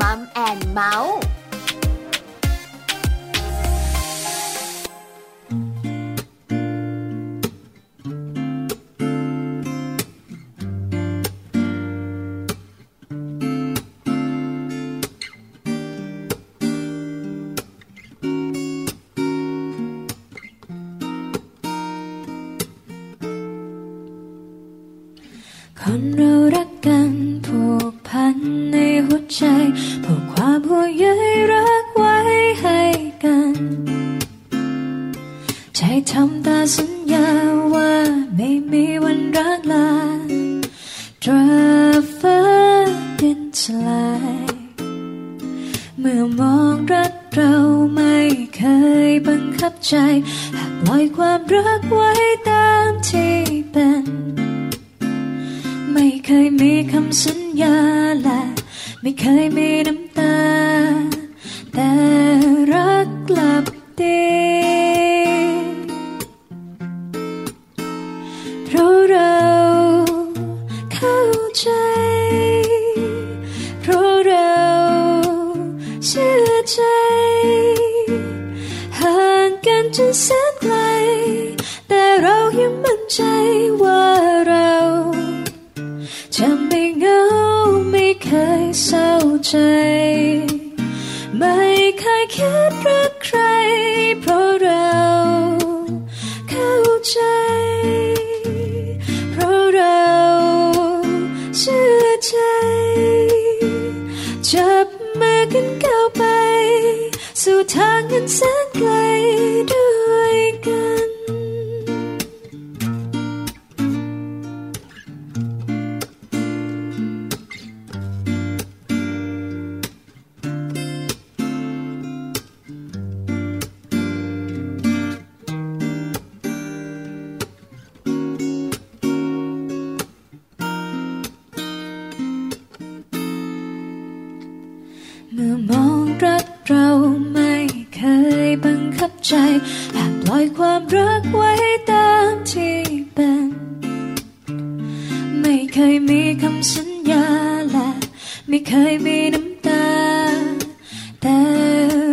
มัมแอนเมาส์ คนเรารักกันผูกพันในหัวใจผูกความห่วงใยรักไว้ให้กัน ใจทำตาสัญญาว่าไม่มีวันรักลาตราฟ้าดินสลาย เมื่อมองรักเราไม่เคยบังคับใจหากปล่อยความรักไว้ตามที่เป็น ไม่เคยมีคำสัญญาและไม่เคยมีน้ำตา แต่รักกลับดีเพราะเราเข้าใจ เพราะเราเชื่อใจ ห่างกันจนแสนไกล แต่เรายังมั่นใจว่าเรา จะไม่เหงาไม่เคยเศร้าใจ ไม่เคยคิดรักใคร เพราะเราเข้าใจ เพราะเราเชื่อใจ จับมือกันก้าวไป สู่ทางอันแสนไกลด้วยกัน เมื่อมองรักเราไม่เคยบังคับใจหากปล่อยความรักไว้ตามที่เป็น ไม่เคยมีคำสัญญาและไม่เคยมีน้ำตา แต่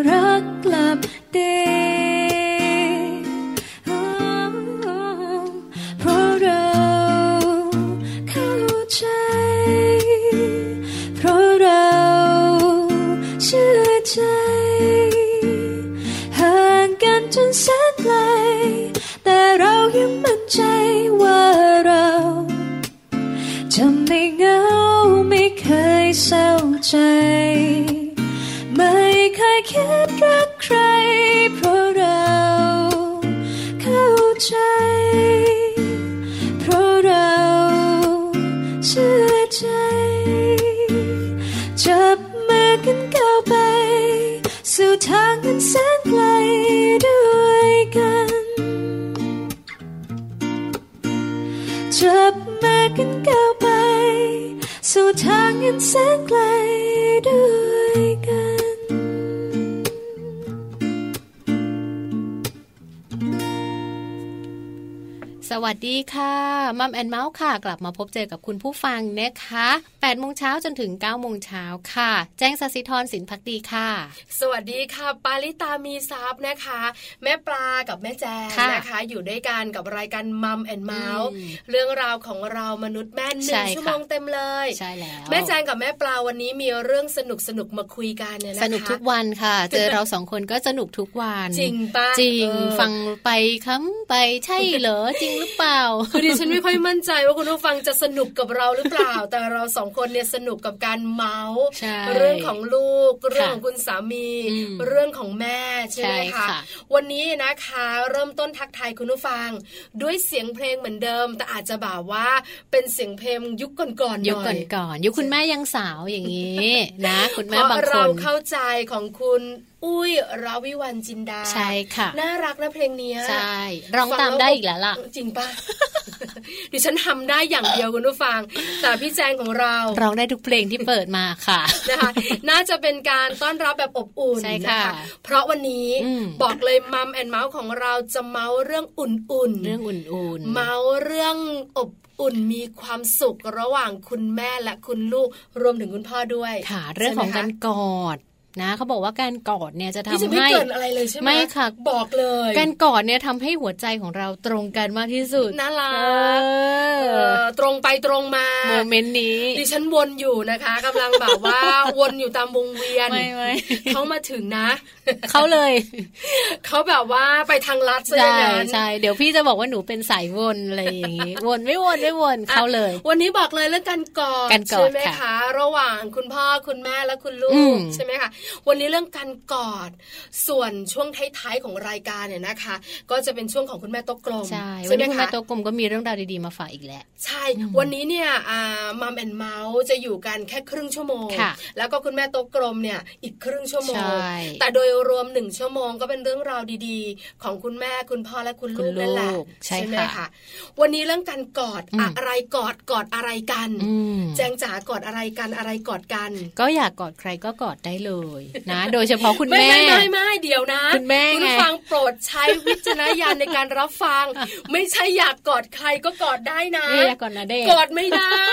รักกลับดี เพราะเราเข้าใจ เพราะเราเชื่อใจ ห่างกันจนแสนไกล แต่เรายังมั่นใจว่าเรา จะไม่เหงาไม่เคยเศร้าใจ ไม่เคยคิดรักใคร เพราะเราเข้าใจ เพราะเราเชื่อใจ จับมือกันก้าวไป สู่ทางอันแสนไกลด้วยกัน จับมือกันก้าวไป สู่ทางอันแสนไกลด้วยกัน สวัสดีค่ะมัมแอนเมาส์ค่ะ กลับมาพบเจอกับคุณผู้ฟังนะคะ8โมงเช้าจนถึง9โมงเช้าค่ะ แจ้งสศิธรสินพักดีค่ะ สวัสดีค่ะ ปาลิตามีซับนะคะ แม่ปลากับแม่แจง ค่ะ นะคะ อยู่ด้วยกันกับรายการมัมแอนเมาส์ อืม เรื่องราวของเรามนุษย์แม่ห ใช่ นึ่ค่ะงชั่วโมงเต็มเลย ใช่แล้ว แม่แจงกับแม่ปลาวันนี้มีเรื่องสนุกสนุกๆมาคุยกันเนี่ยนะคะ สนุกทุกวันค่ะ เจอเราสองคนก็สนุกทุกวัน จริงปะ จริง เออ ฟังไปค้ำไปใช่เหรอ จริงหรือเปล่า คือดิ ฉันไม่ค่อยมั่นใจว่าคุณผู้ฟังจะสนุกกับเราหรือเปล่า แต่เราสองคนเนี่ยสนุกกับการเมาส์ ใช่ เรื่องของลูก เรื่องของคุณสามี อืม เรื่องของแม่ใช่ไหม ใช่ คะ ค่ะ วันนี้นะคะ เริ่มต้นทักทายคุณผู้ฟัง ด้วยเสียงเพลงเหมือนเดิม แต่อาจจะแบบว่าเป็นเสียงเพลงยุคก่อนๆห ยุค น่อย ก่อนๆยุคคุณแม่ยังสาวอย่างนี้ นะ คุณ เพ แม่ ราะ บางค เรา น เข้าใจของคุณอุ้ยราวิวันจินดา ใช่ค่ะ น่ารักนะเพลงเนี้ย ใช่ร้องตามได้อีกแล้วล่ะ จริงปะ ดิฉันทำได้อย่างเดียวคุณผู้ฟัง แต่พี่แจงของเรา ร้องได้ทุกเพลงที่เปิดมา ค่ะ นะคะ น่าจะเป็นการต้อนรับแบบอบอุ่น ใช่ นะ ค่ะ คะเพราะวันนี้ อืม บอกเลยมัมแอนเมาส์ของเราจะเมาส์เรื่องอุ่นๆ เรื่องอุ่นๆ เมาเรื่องอบอุ่นมีความสุขระหว่างคุณแม่และคุณลูกรวมถึงคุณพ่อด้วย ค่ะเรื่องของการกอดนะเขาบอกว่าการกอดเนี่ยจะ ใช่ทำไหมคะนี่จะไม่ ให้ เกินอะไรเลยใช่ไหม ไม่ค่ะ บอกเลย การกอดเนี่ยทำให้หัวใจของเราตรงกันมากที่สุด น่า เอ รักเอ อ อตรงไปตรงมา โมเมนต์นี้ ดิฉันวนอยู่นะคะกำลังแบบว่า วนอยู่ตามวงเวียน ไม่ ไม่ เขามาถึงนะ เขาเลย เขาแบบว่าไปทางลัดซะอ ใช่ ย่างนั้น ใช่เดี๋ยวพี่จะบอกว่าหนูเป็นสายวนอะไรอย่าง งี้วนไม่วนไม่วน อ่ะ เขาเลย วันนี้บอกเลยเรื่องการกอด การกอด ใช่ไหม ค่ะ คะ ระหว่างคุณพ่อคุณแม่และคุณลู อื ก ม ใช่ไหมคะวันนี้เรื่องการกอด ส่วนช่วงท้ายๆของรายการเนี่ยนะคะ ก็จะเป็นช่วงของคุณแม่โต๊ะกลม ใช่วั ใช่ น ไหม นี้คุณแม่ คะ โตกลมก็มีเรื่องราวดีๆมาฝากอีกแหละ ใช่ อืม วันนี้เนี่ยมัมแอนเมาส์จะอยู่กันแค่ครึ่งชั่วโมง ค่ะ แล้วก็คุณแม่โต๊ะกลมเนี่ยอีกครึ่งชั่วโมง ใช่ แต่โดยรวมหนึ่งชั่วโมงก็เป็นเรื่องราวดีๆ ของคุณแม่คุณพ่อและคุณลูกนั่นแหคุละณลูกใช่ ไหม ค่ะ คะวันนี้เรื่องการกอด อืม อะไรกอดกอดอะไรกัน อืม แจงจ๋ากอดอะไรกันอะไรกอดกัน ก็อยากกอดใครก็กอดได้เลย นะ โดยเฉพาะคุณ ไม่ แม่ ไม่ไม่ไม่เดี๋ยวนะ คุณแม่ไง ผู้ฟังโปรดใช้วิจารณญาณในการรับฟัง ไม่ใช่อยากกอดใครก็กอดได้นะ นี่อยากกอดนะเด็ก กอดไม่ได้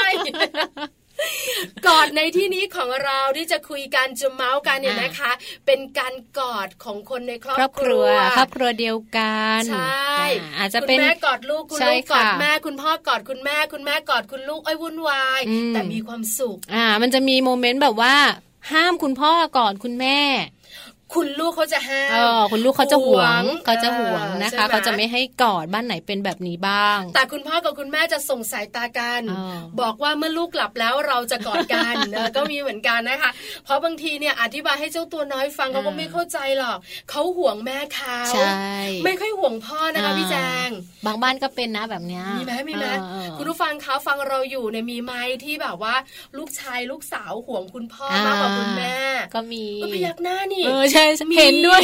กอดในที่นี้ของเราที่จะคุยกันจะเมาส์กันเนี่ย อ่าน นะคะ เป็นการกอดของคนในครอบ ครอบครัวครอบครัวเดียวกัน ใช่ อ่าอาจจะ คุณ เป็น แม่กอดลูกคุณ ใช่ ลูกกอด ค่ะ แม่คุณพ่อกอดคุณแม่ คุณแม่กอดคุณลูกไอ้ยวุ่นวาย อืม แต่มีความสุข อ่า มันจะมีโมเมนต์แบบว่า ห้ามคุณพ่อก่อนคุณแม่ คุณลูกเขาจะห้า เอ ม อคุณลูกเขาจะหวง หวง เขาจะหวงนะคะ เออใช่ไหม เขาจะไม่ให้กอดบ้านไหนเป็นแบบนี้บ้าง แต่คุณพ่อกับคุณแม่จะส่งสายตากัน อ๋อ บอกว่าเมื่อลูกหลับแล้วเราจะกอดกัน เออก็มีเหมือนกันนะคะ เพราะบางทีเนี่ยอธิบายให้เจ้าตัวน้อยฟังเขาก็ อ่า ไม่เข้าใจหรอกเขาห่วงแม่เขา ใช่ ไม่ค่อยห่วงพ่อนะคะพี่แจง บางบ้านก็เป็นนะแบบเนี้ย มีไหมมีไหม เออ คุณผู้ฟังคะฟังเราอยู่เนี่ยมีไหมที่แบบว่า ลูกชายลูกสาวห่วงคุณพ่อ อ่าม มากกว่าคุณแม่ ก็มี ก็พยักหน้านี่ เออใช่เห็นด้วย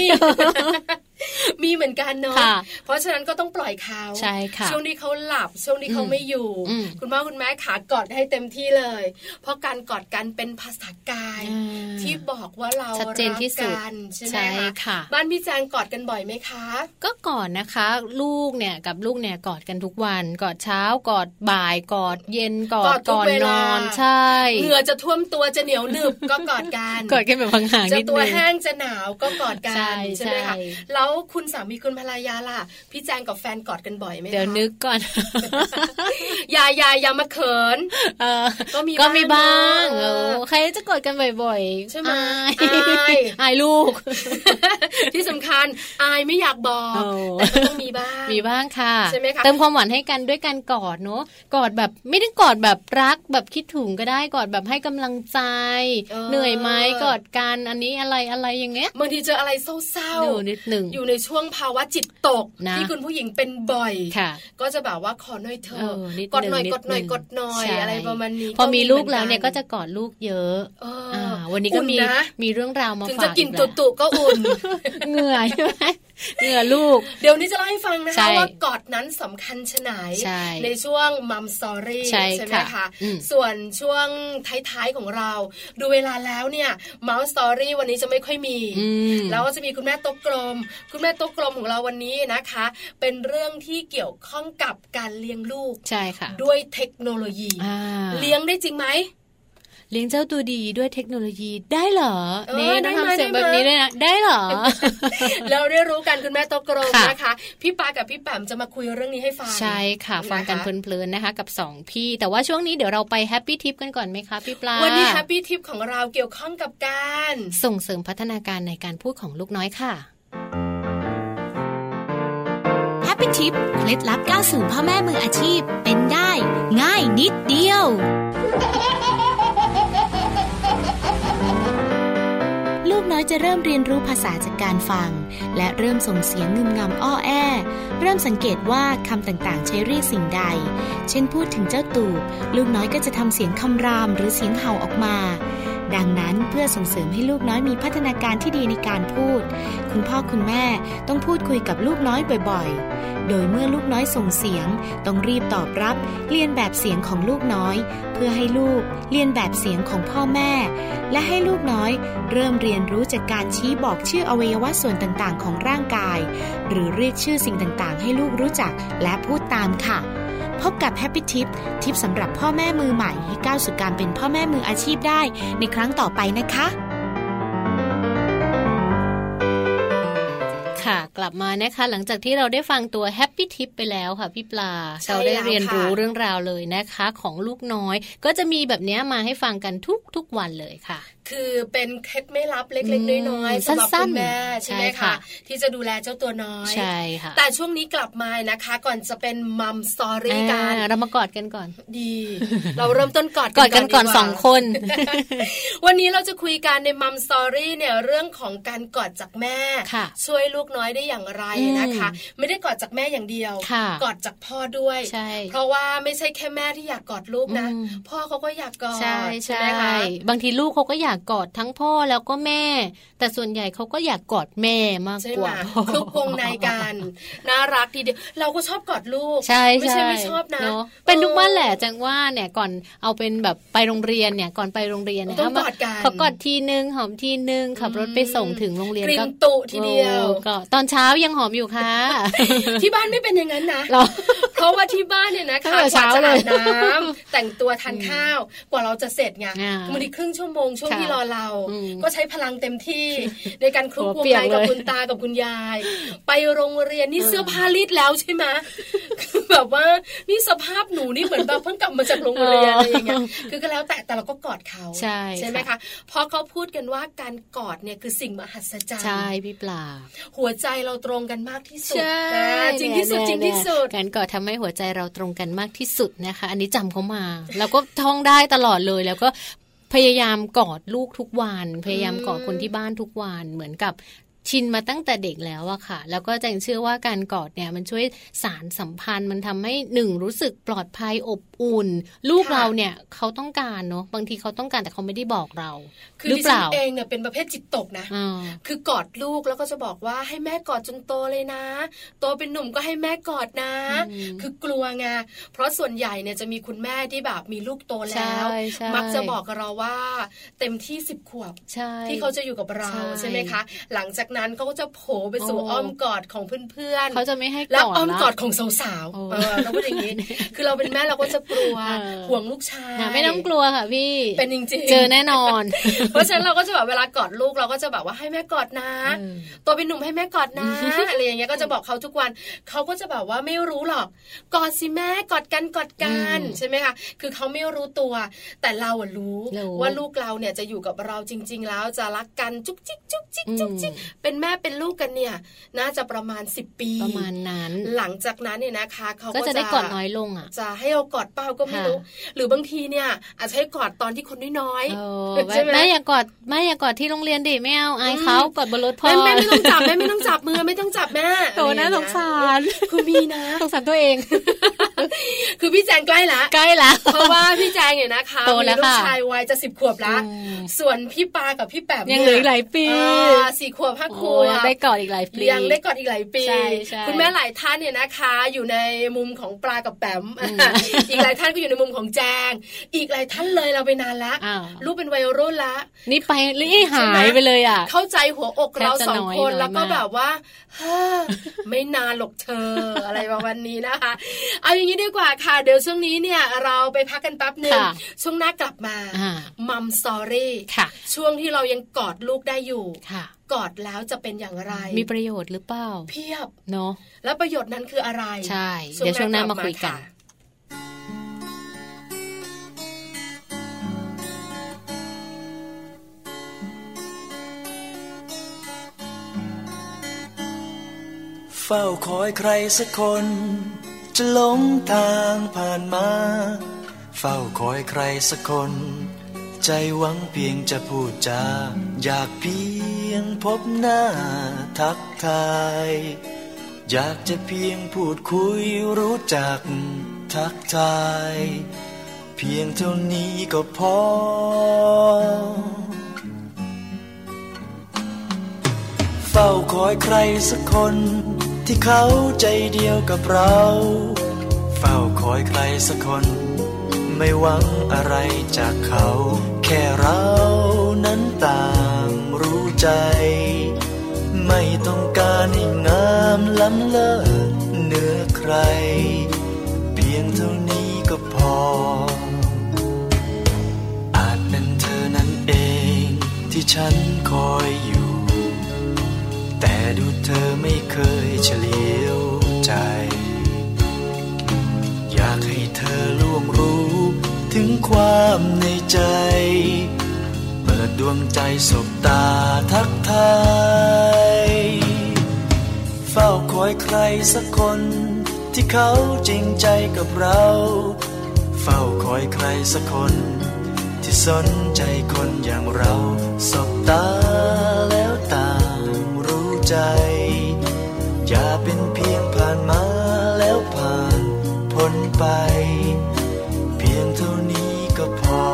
มีเหมือนกันเนาะ ค่ะ เพราะฉะนั้นก็ต้องปล่อยเขา ใช่ค่ะ ช่วงที่เขาหลับ ช่วงที่เขา อืม ไม่อยู่ อืม คุณพ่อคุณแม่ขากอดให้เต็มที่เลย เพราะการกอดกันเป็นภาษากาย อ่า ที่บอกว่าเรา ชัดเจนที่สุด รักกันใช่ไหม ใช่ค่ะ บ้านพี่แจงกอดกันบ่อยไหมคะ ก็กอดนะคะ ลูกเนี่ยกับลูกเนี่ยกอดกันทุกวันกอดเช้ากอดบ่ายกอดเย็นกอด กอดทุก ก่อน เวลาน น อนใช่ เหงื่อจะท่วมตัวจะเหนียวหนึบ ก็กอดกัน กอดกันแบบห่างๆ จะ นิด ตัว นึง แห้งจะหนาวก็กอดกัน ใช่ ไหมคะ ใช่ แล้วคุณสามีคุณภรรยาล่ะพี่แจงกับแฟนกอดกันบ่อยไหมคะ เดี๋ยวนึกก่อน อย่าอย่าอย่ามาเขิน เออ ก็มี ก็มีบ้าง บ้าง เอ เนอะ อใครจะกอดกันบ่อยๆ ใช่ไหม อาย อาย อายลูก ที่สำคัญอายไม่อยากบอก โอ้ แต่ก็ต้องมีบ้าง มีบ้างค่ะ ใช่ไหมคะ เติมความหวานให้กันด้วยการกอดเนาะกอดแบบไม่ได้กอดแบบรักแบบคิดถึงก็ได้กอดแบบให้กำลังใจ เหนื่อยไหมกอดกันอันนี้อะไรอะไรอย่างเงี้ย บางทีเจออะไรเศร้า ดูนิดหนึ่ง ๆ อยู่ในช่วงภาวะจิตตก นะ ที่คุณผู้หญิงเป็นบ่อย ค่ะ ก็จะแบบว่าขอหน่อยเธ เอ อ อนิด กดหน่อย นึง กดหน่อย นิดนึง กดหน่อย ใช่ อะไรประมาณนี้ พอมีลูก ห แล้วเนี่ยก็จะ หมือก อดลูกเยอะ ันเอออ อ่าวันนี้ก็มี อุ่นะ มีเรื่องราวมา ถึง ฝา จะ ก กลิ่น อีแหละตุ่ๆก็อุ่น เหงื่อใช่ไหมเหงื่อลูก เดี๋ยวนี้จะเล่าให้ฟังนะ ใช่ คะว่ากอดนั้นสำคัญชะไหน ใช่ ช่วงมัมสอรี่ ใช่ ไหม ค่ะ คะ อืม ส่วนช่วงท้ายๆของเรา ดูเวลาแล้วเนี่ยมัมสอรี่วันนี้จะไม่ค่อยมี อืม แล้วก็จะมีคุณแม่โต๊ะกลม คุณแม่โต๊ะกลมของเราวันนี้นะคะ เป็นเรื่องที่เกี่ยวข้องกับการเลี้ยงลูก ใช่ค่ะ ด้วยเทคโนโลยี อ่า เลี้ยงได้จริงไหม เลี้ยงเจ้าตัวดีด้วยเทคโนโลยีได้เหรอ เออ นี่ ได้ ต้อง ไหม ทำเสียง ได้ แบ ไหบมนี้ด้วยนะได้เหรอ เราได้รู้กันคุณแม่โต๊ะกลม ค่ะ นะคะ พี่ปากับพี่แปมจะมาคุยเรื่องนี้ให้ฟัง ใช่ค่ะฟังกันเพลินๆนะคะ กับสองพี่แต่ว่าช่วงนี้เดี๋ยวเราไปแฮปปี้ทิปกันก่อนไหมคะพี่ปลา วันนี้ Happy Tip ของเราเกี่ยวข้องกับการ ส่งเสริมพัฒนาการในการพูดของลูกน้อยค่ะ แฮปปี้ทิปเคล็ดลับก้าวสู่พ่อแม่มืออาชีพเป็นได้ ง่ายนิดเดียว ลูกน้อยจะเริ่มเรียนรู้ภาษาจากการฟัง และเริ่มส่งเสียงงึมงำอ้อแอ เริ่มสังเกตว่าคำต่างๆ ใช้เรียกสิ่งใด เช่นพูดถึงเจ้าตูบ ลูกน้อยก็จะทำเสียงคำรามหรือเสียงเห่าออกมา ดังนั้นเพื่อส่งเสริมให้ลูกน้อยมีพัฒนาการที่ดีในการพูด คุณพ่อคุณแม่ต้องพูดคุยกับลูกน้อยบ่อยๆ โดยเมื่อลูกน้อยส่งเสียง ต้องรีบตอบรับ เรียนแบบเสียงของลูกน้อย เพื่อให้ลูกเรียนแบบเสียงของพ่อแม่ และให้ลูกน้อยเริ่มเรียนรู้จากการชี้บอกชื่ออวัยวะส่วนต่างๆ ของร่างกาย หรือเรียกชื่อสิ่งต่างๆ ให้ลูกรู้จักและพูดตามค่ะ พบกับ Happy Tip ทิปสำหรับพ่อแม่มือใหม่ให้ก้าวสู่การเป็นพ่อแม่มืออาชีพได้ในครั้งต่อไปนะคะ ค่ะ กลับมานะคะ หลังจากที่เราได้ฟังตัวแฮปปี้ทิปไปแล้วค่ะพี่ปลา ใช่ เราได้ แล้ว เรียนรู้ ค่ะ เรื่องราวเลยนะคะ ของลูกน้อย ก็จะมีแบบเนี้ยมาให้ฟังกันทุกทุกวันเลยค่ะ คือเป็นเคล็ดไม่ลับเล็ก อืม ๆน้อยๆสำหรับ สั้ คุ น ณ ๆ แม่ใช่ไหม ใช่ค่ะ คะที่จะดูแลเจ้าตัวน้อย ใช่ค่ะ แต่ช่วงนี้กลับมานะคะ ก่อนจะเป็นมัมสตอรี่กั อ่าน เรามากอดกันก่อน ดี เราเริ่มต้นกอด กอดกันก่อน ดีว่า สองคน วันนี้เราจะคุยกันในมัมสตอรี่เนี่ยเรื่องของการกอดจากแม่ ค่ะ ช่วยลูกน้อยได้อย่างไรนะคะ ไม่ได้กอดจากแม่อย่างเดียว ค่ะ กอดจากพ่อด้วย ใช่ เพราะว่าไม่ใช่แค่แม่ที่อยากกอดลูกนะ อืม พ่อเขาก็อยากกอด ใช่ใช่ ไหมคะ บางทีลูกเขาก็อยากกอดทั้งพ่อแล้วก็แม่ แต่ส่วนใหญ่เขาก็อยากกอดแม่มาก ใช่ ก ไหม ว่าพ่อ คลุกวงใน กันน่ารักทีเดียวเราก็ชอบกอดลูก ใช่ ไม่ใช่ไม่ชอบนะ เเป็นทุกบ้านแหละ เออ จังว่าเนี่ยก่อนเอาเป็นแบบไปโรงเรียนเนี่ยก่อนไปโรงเรียนเนี่ย ต้อง เามาก อดกัน เขากอดทีนึงหอมทีนึงขับรถไปส่งถึงโรงเรียน กลิ่น ก็ ตุทีเดียว โอ้ก็ตอนเช้ายังหอมอยู่ ค่ะ ที่บ้านไม่เป็นอย่างนั้นนะ เรา เพราะว่าที่บ้านเนี่ยนะ ตั้ คะ งแต่ กว่า เช้า จะ เล อาย บน้ำ แต่งตัวทานข้าว กว่าเราจะเสร็จไง อ่า บางทีครึ่งชั่วโมงช่วง ค่ะ ที่รอเรา อืม ก็ใช้พลังเต็มที่ ในการคลุก หัววง เปีย ใน ก กับ เลย คุณตากับคุณยาย ไปโรงเรียนนี่ เออ เสื้อผ้ารีดแล้วใช่ไหม คือแบบว่านี่สภาพหนูนี่เหมือนแบบเพิ่งกลับมาจากโรงเรียน เอออ อะไรอย่างเงี้ยคือก็แล้วแต่แต่เราก็กอดเขา ใช่ ไหม ค่ะ คะเพราะเขาพูดกันว่าการกอดเนี่ยคือสิ่งมหัศจรร ใช่ ย์ พี่ปลา หัวใจเราตรงกันมากที่สุด ใช่ นะจริงที่สุดจริงที่สุด เนี่ยการกอดทำให้หัวใจเราตรงกันมากที่สุดนะคะ อันนี้จำเขามา แล้วก็ท่องได้ตลอดเลยแล้วก็พยายามกอดลูกทุกวัน พยายามกอดคนที่บ้านทุกวันเหมือนกับ ชินมาตั้งแต่เด็กแล้วอะค่ะ แล้วก็แจงเชื่อว่าการกอดเนี่ยมันช่วยสารสัมพันธ์มันทำให้หนึ่งรู้สึกปลอดภัยอบอุ่น ลูก ค่ะ เราเนี่ยเขาต้องการเนาะบางทีเขาต้องการแต่เขาไม่ได้บอกเรา คือ หรือ ดิ เป ฉัน ล่า เองเนี่ยเป็นประเภทจิตตกนะ อ่า คือกอดลูกแล้วก็จะบอกว่าให้แม่กอดจนโตเลยนะ โตเป็นหนุ่มก็ให้แม่กอดนะ อืม คือกลัวไงเพราะส่วนใหญ่เนี่ยจะมีคุณแม่ที่แบบมีลูกโตแล้ว ใช่ใช่ มักจะบอกกับเราว่า เต็มที่สิบขวบ ใช่ ที่เขาจะอยู่กับเรา ใช่ ใช่ไหมคะ หลังจากนั้นเขาก็จะโผล่ไปสู่ โอ้ อ้อมกอดของเพื่อน เขาจะไม่ให้ ๆแล้กวอด อ้อม ละ กอดของสาว โอ้ ๆเออเราพูดอย่างนี้ คือเราเป็นแม่เราก็จะกลัว เออ ห่วงลูกชาย นะไม่ต้องกลัวค่ะพี่ เป็นจริงๆ เจอแน่นอน เพราะฉะนั้นเราก็จะแบบเวลากอดลูกเราก็จะแบบว่าให้แม่กอดนะ เออ ตัวเป็นหนุ่มให้แม่กอด นะ อะไรอย่างเงี้ยก็จะบอกเขาทุกวันเขาก็จะแบบว่าไม่รู้หรอก กอดสิแม่กอดกันกอดกัน อืม ใช่ไหมคะคือเขาไม่รู้ตัว แต่เราอะรู้ รู้ ว่าลูกเราเนี่ยจะอยู่กับเราจริง ๆ แล้วจะรักกันจุกจิกจุกจิกจุกจิก อืม เป็นแม่เป็นลูกกันเนี่ย น่าจะประมาณ 10 ปี ประมาณนั้น หลังจากนั้นเนี่ยนะคะเขา ก็ ก็ จะได้กอดน้อยลงอ่ะ จะให้เรากอดเป้าก็ไม่รู้ ค่ะ หรือบางทีเนี่ยอาจจะให้กอดตอนที่คนน้อย เออ ๆใช่ไหม แม่อย่ากอดแม่อย่ากอดที่โรงเรียนดิไม่เอาอาย อืม เขากอดบนรถพอ แม่แม่ไม่ต้องจับแม่ไม่ต้องจับมือไม่ต้องจับแม่ โตน่า อะสไรอย่ ง เย สาร คือมีนะ สงสารตัวเอง คือพี่แจงใกล้ละ ใกล้แล้ว เพราะว่าพี่แจงเนี่ยนะคะ โต มี แล้ว ลูก ค่ะ ชายวัยจะสิบขวบละ อืม ส่วนพี่ปากับพี่แปม ยังเหลืออีกหลายปี เอ่อสี่ขวบห้าข โอ้ วย บ ได้กอดอีกหลายปี ยังได้กอดอีกหลายปี ใช่ใช่ คุณแม่หลายท่านเนี่ยนะคะ อยู่ในมุมของปลากับแปม อืม อีกหลายท่านก็อยู่ในมุมของแจง อีกหลายท่านเลยเราไปนานละ อ้าว ลูกเป็นวัยรุ่นละ นี่ไปนี่หายไปเลยอ่ะ เข้าใจหัวอกเรา แทบจะ สอง น้อย คน น้อย แล้วก็ มาก แบบว่า เฮ้อไม่นานหรอกเธอ อะไรประมาณนี้นะคะ เอาอย่างนี้ดีกว่าค่ะ เดี๋ยวช่วงนี้เนี่ยเราไปพักกันแป๊บหนึ่ง ค่ะ ช่วงหน้ากลับมา อ่า มัมสตอรี่ ค่ะ ช่วงที่เรายังกอดลูกได้อยู่ ค่ะ กอดแล้วจะเป็นอย่างไร มีประโยชน์หรือเปล่า เพียบ เนาะ และประโยชน์นั้นคืออะไร ใช่เดี๋ยวช่วงหน้ามาคุยกัน ช่วงหลับมา เฝ้าคอยใครสักคน จะหลงทางผ่านมา เฝ้าคอยใครสักคน ใจหวังเพียงจะพูดจาอยากเพียงพบหน้าทักทาย อยากจะเพียงพูดคุยรู้จักทักทาย เพียงเท่านี้ก็พอ เฝ้าคอยใครสักคน ที่เขาใจเดียวกับเรา เฝ้าคอยใครสักคน ไม่หวังอะไรจากเขา แค่เรานั้นต่างรู้ใจ ไม่ต้องการให้งามล้ำเลิศเหนือใคร เพียงเท่านี้ก็พอ อาจเป็นเธอนั้นเองที่ฉันคอยอยู่ แต่ดูเธอไม่เคยเฉลียวใจ อยากให้เธอล่วงรู้ถึงความในใจ เปิดดวงใจสบตาทักทาย เฝ้าคอยใครสักคน ที่เขาจริงใจกับเรา เฝ้าคอยใครสักคน ที่สนใจคนอย่างเราสบตาแล้วต่างรู้ใจ อย่าเป็นเพียงผ่านมาแล้วผ่านพ้นไป เพียงเท่านี้ก็พอ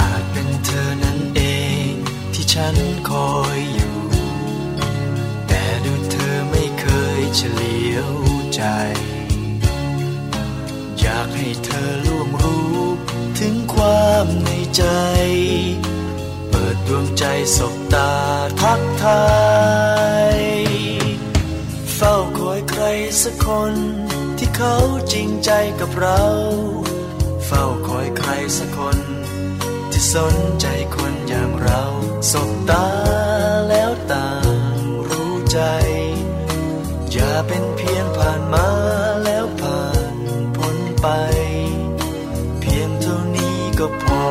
อาจเป็นเธอนั้นเองที่ฉันคอยอยู่ แต่ดูเธอไม่เคยเฉลียวใจ อยากให้เธอล่วงรู้ถึงความในใจ เปิดดวงใจสบตาทักทาย เฝ้าคอยใครสักคนที่เขาจริงใจกับเรา เฝ้าคอยใครสักคน ที่สนใจคนอย่างเราสบตาแล้วต่างรู้ใจ อย่าเป็นเพียงผ่านมาแล้วผ่านพ้นไป เพียงเท่านี้ก็พอ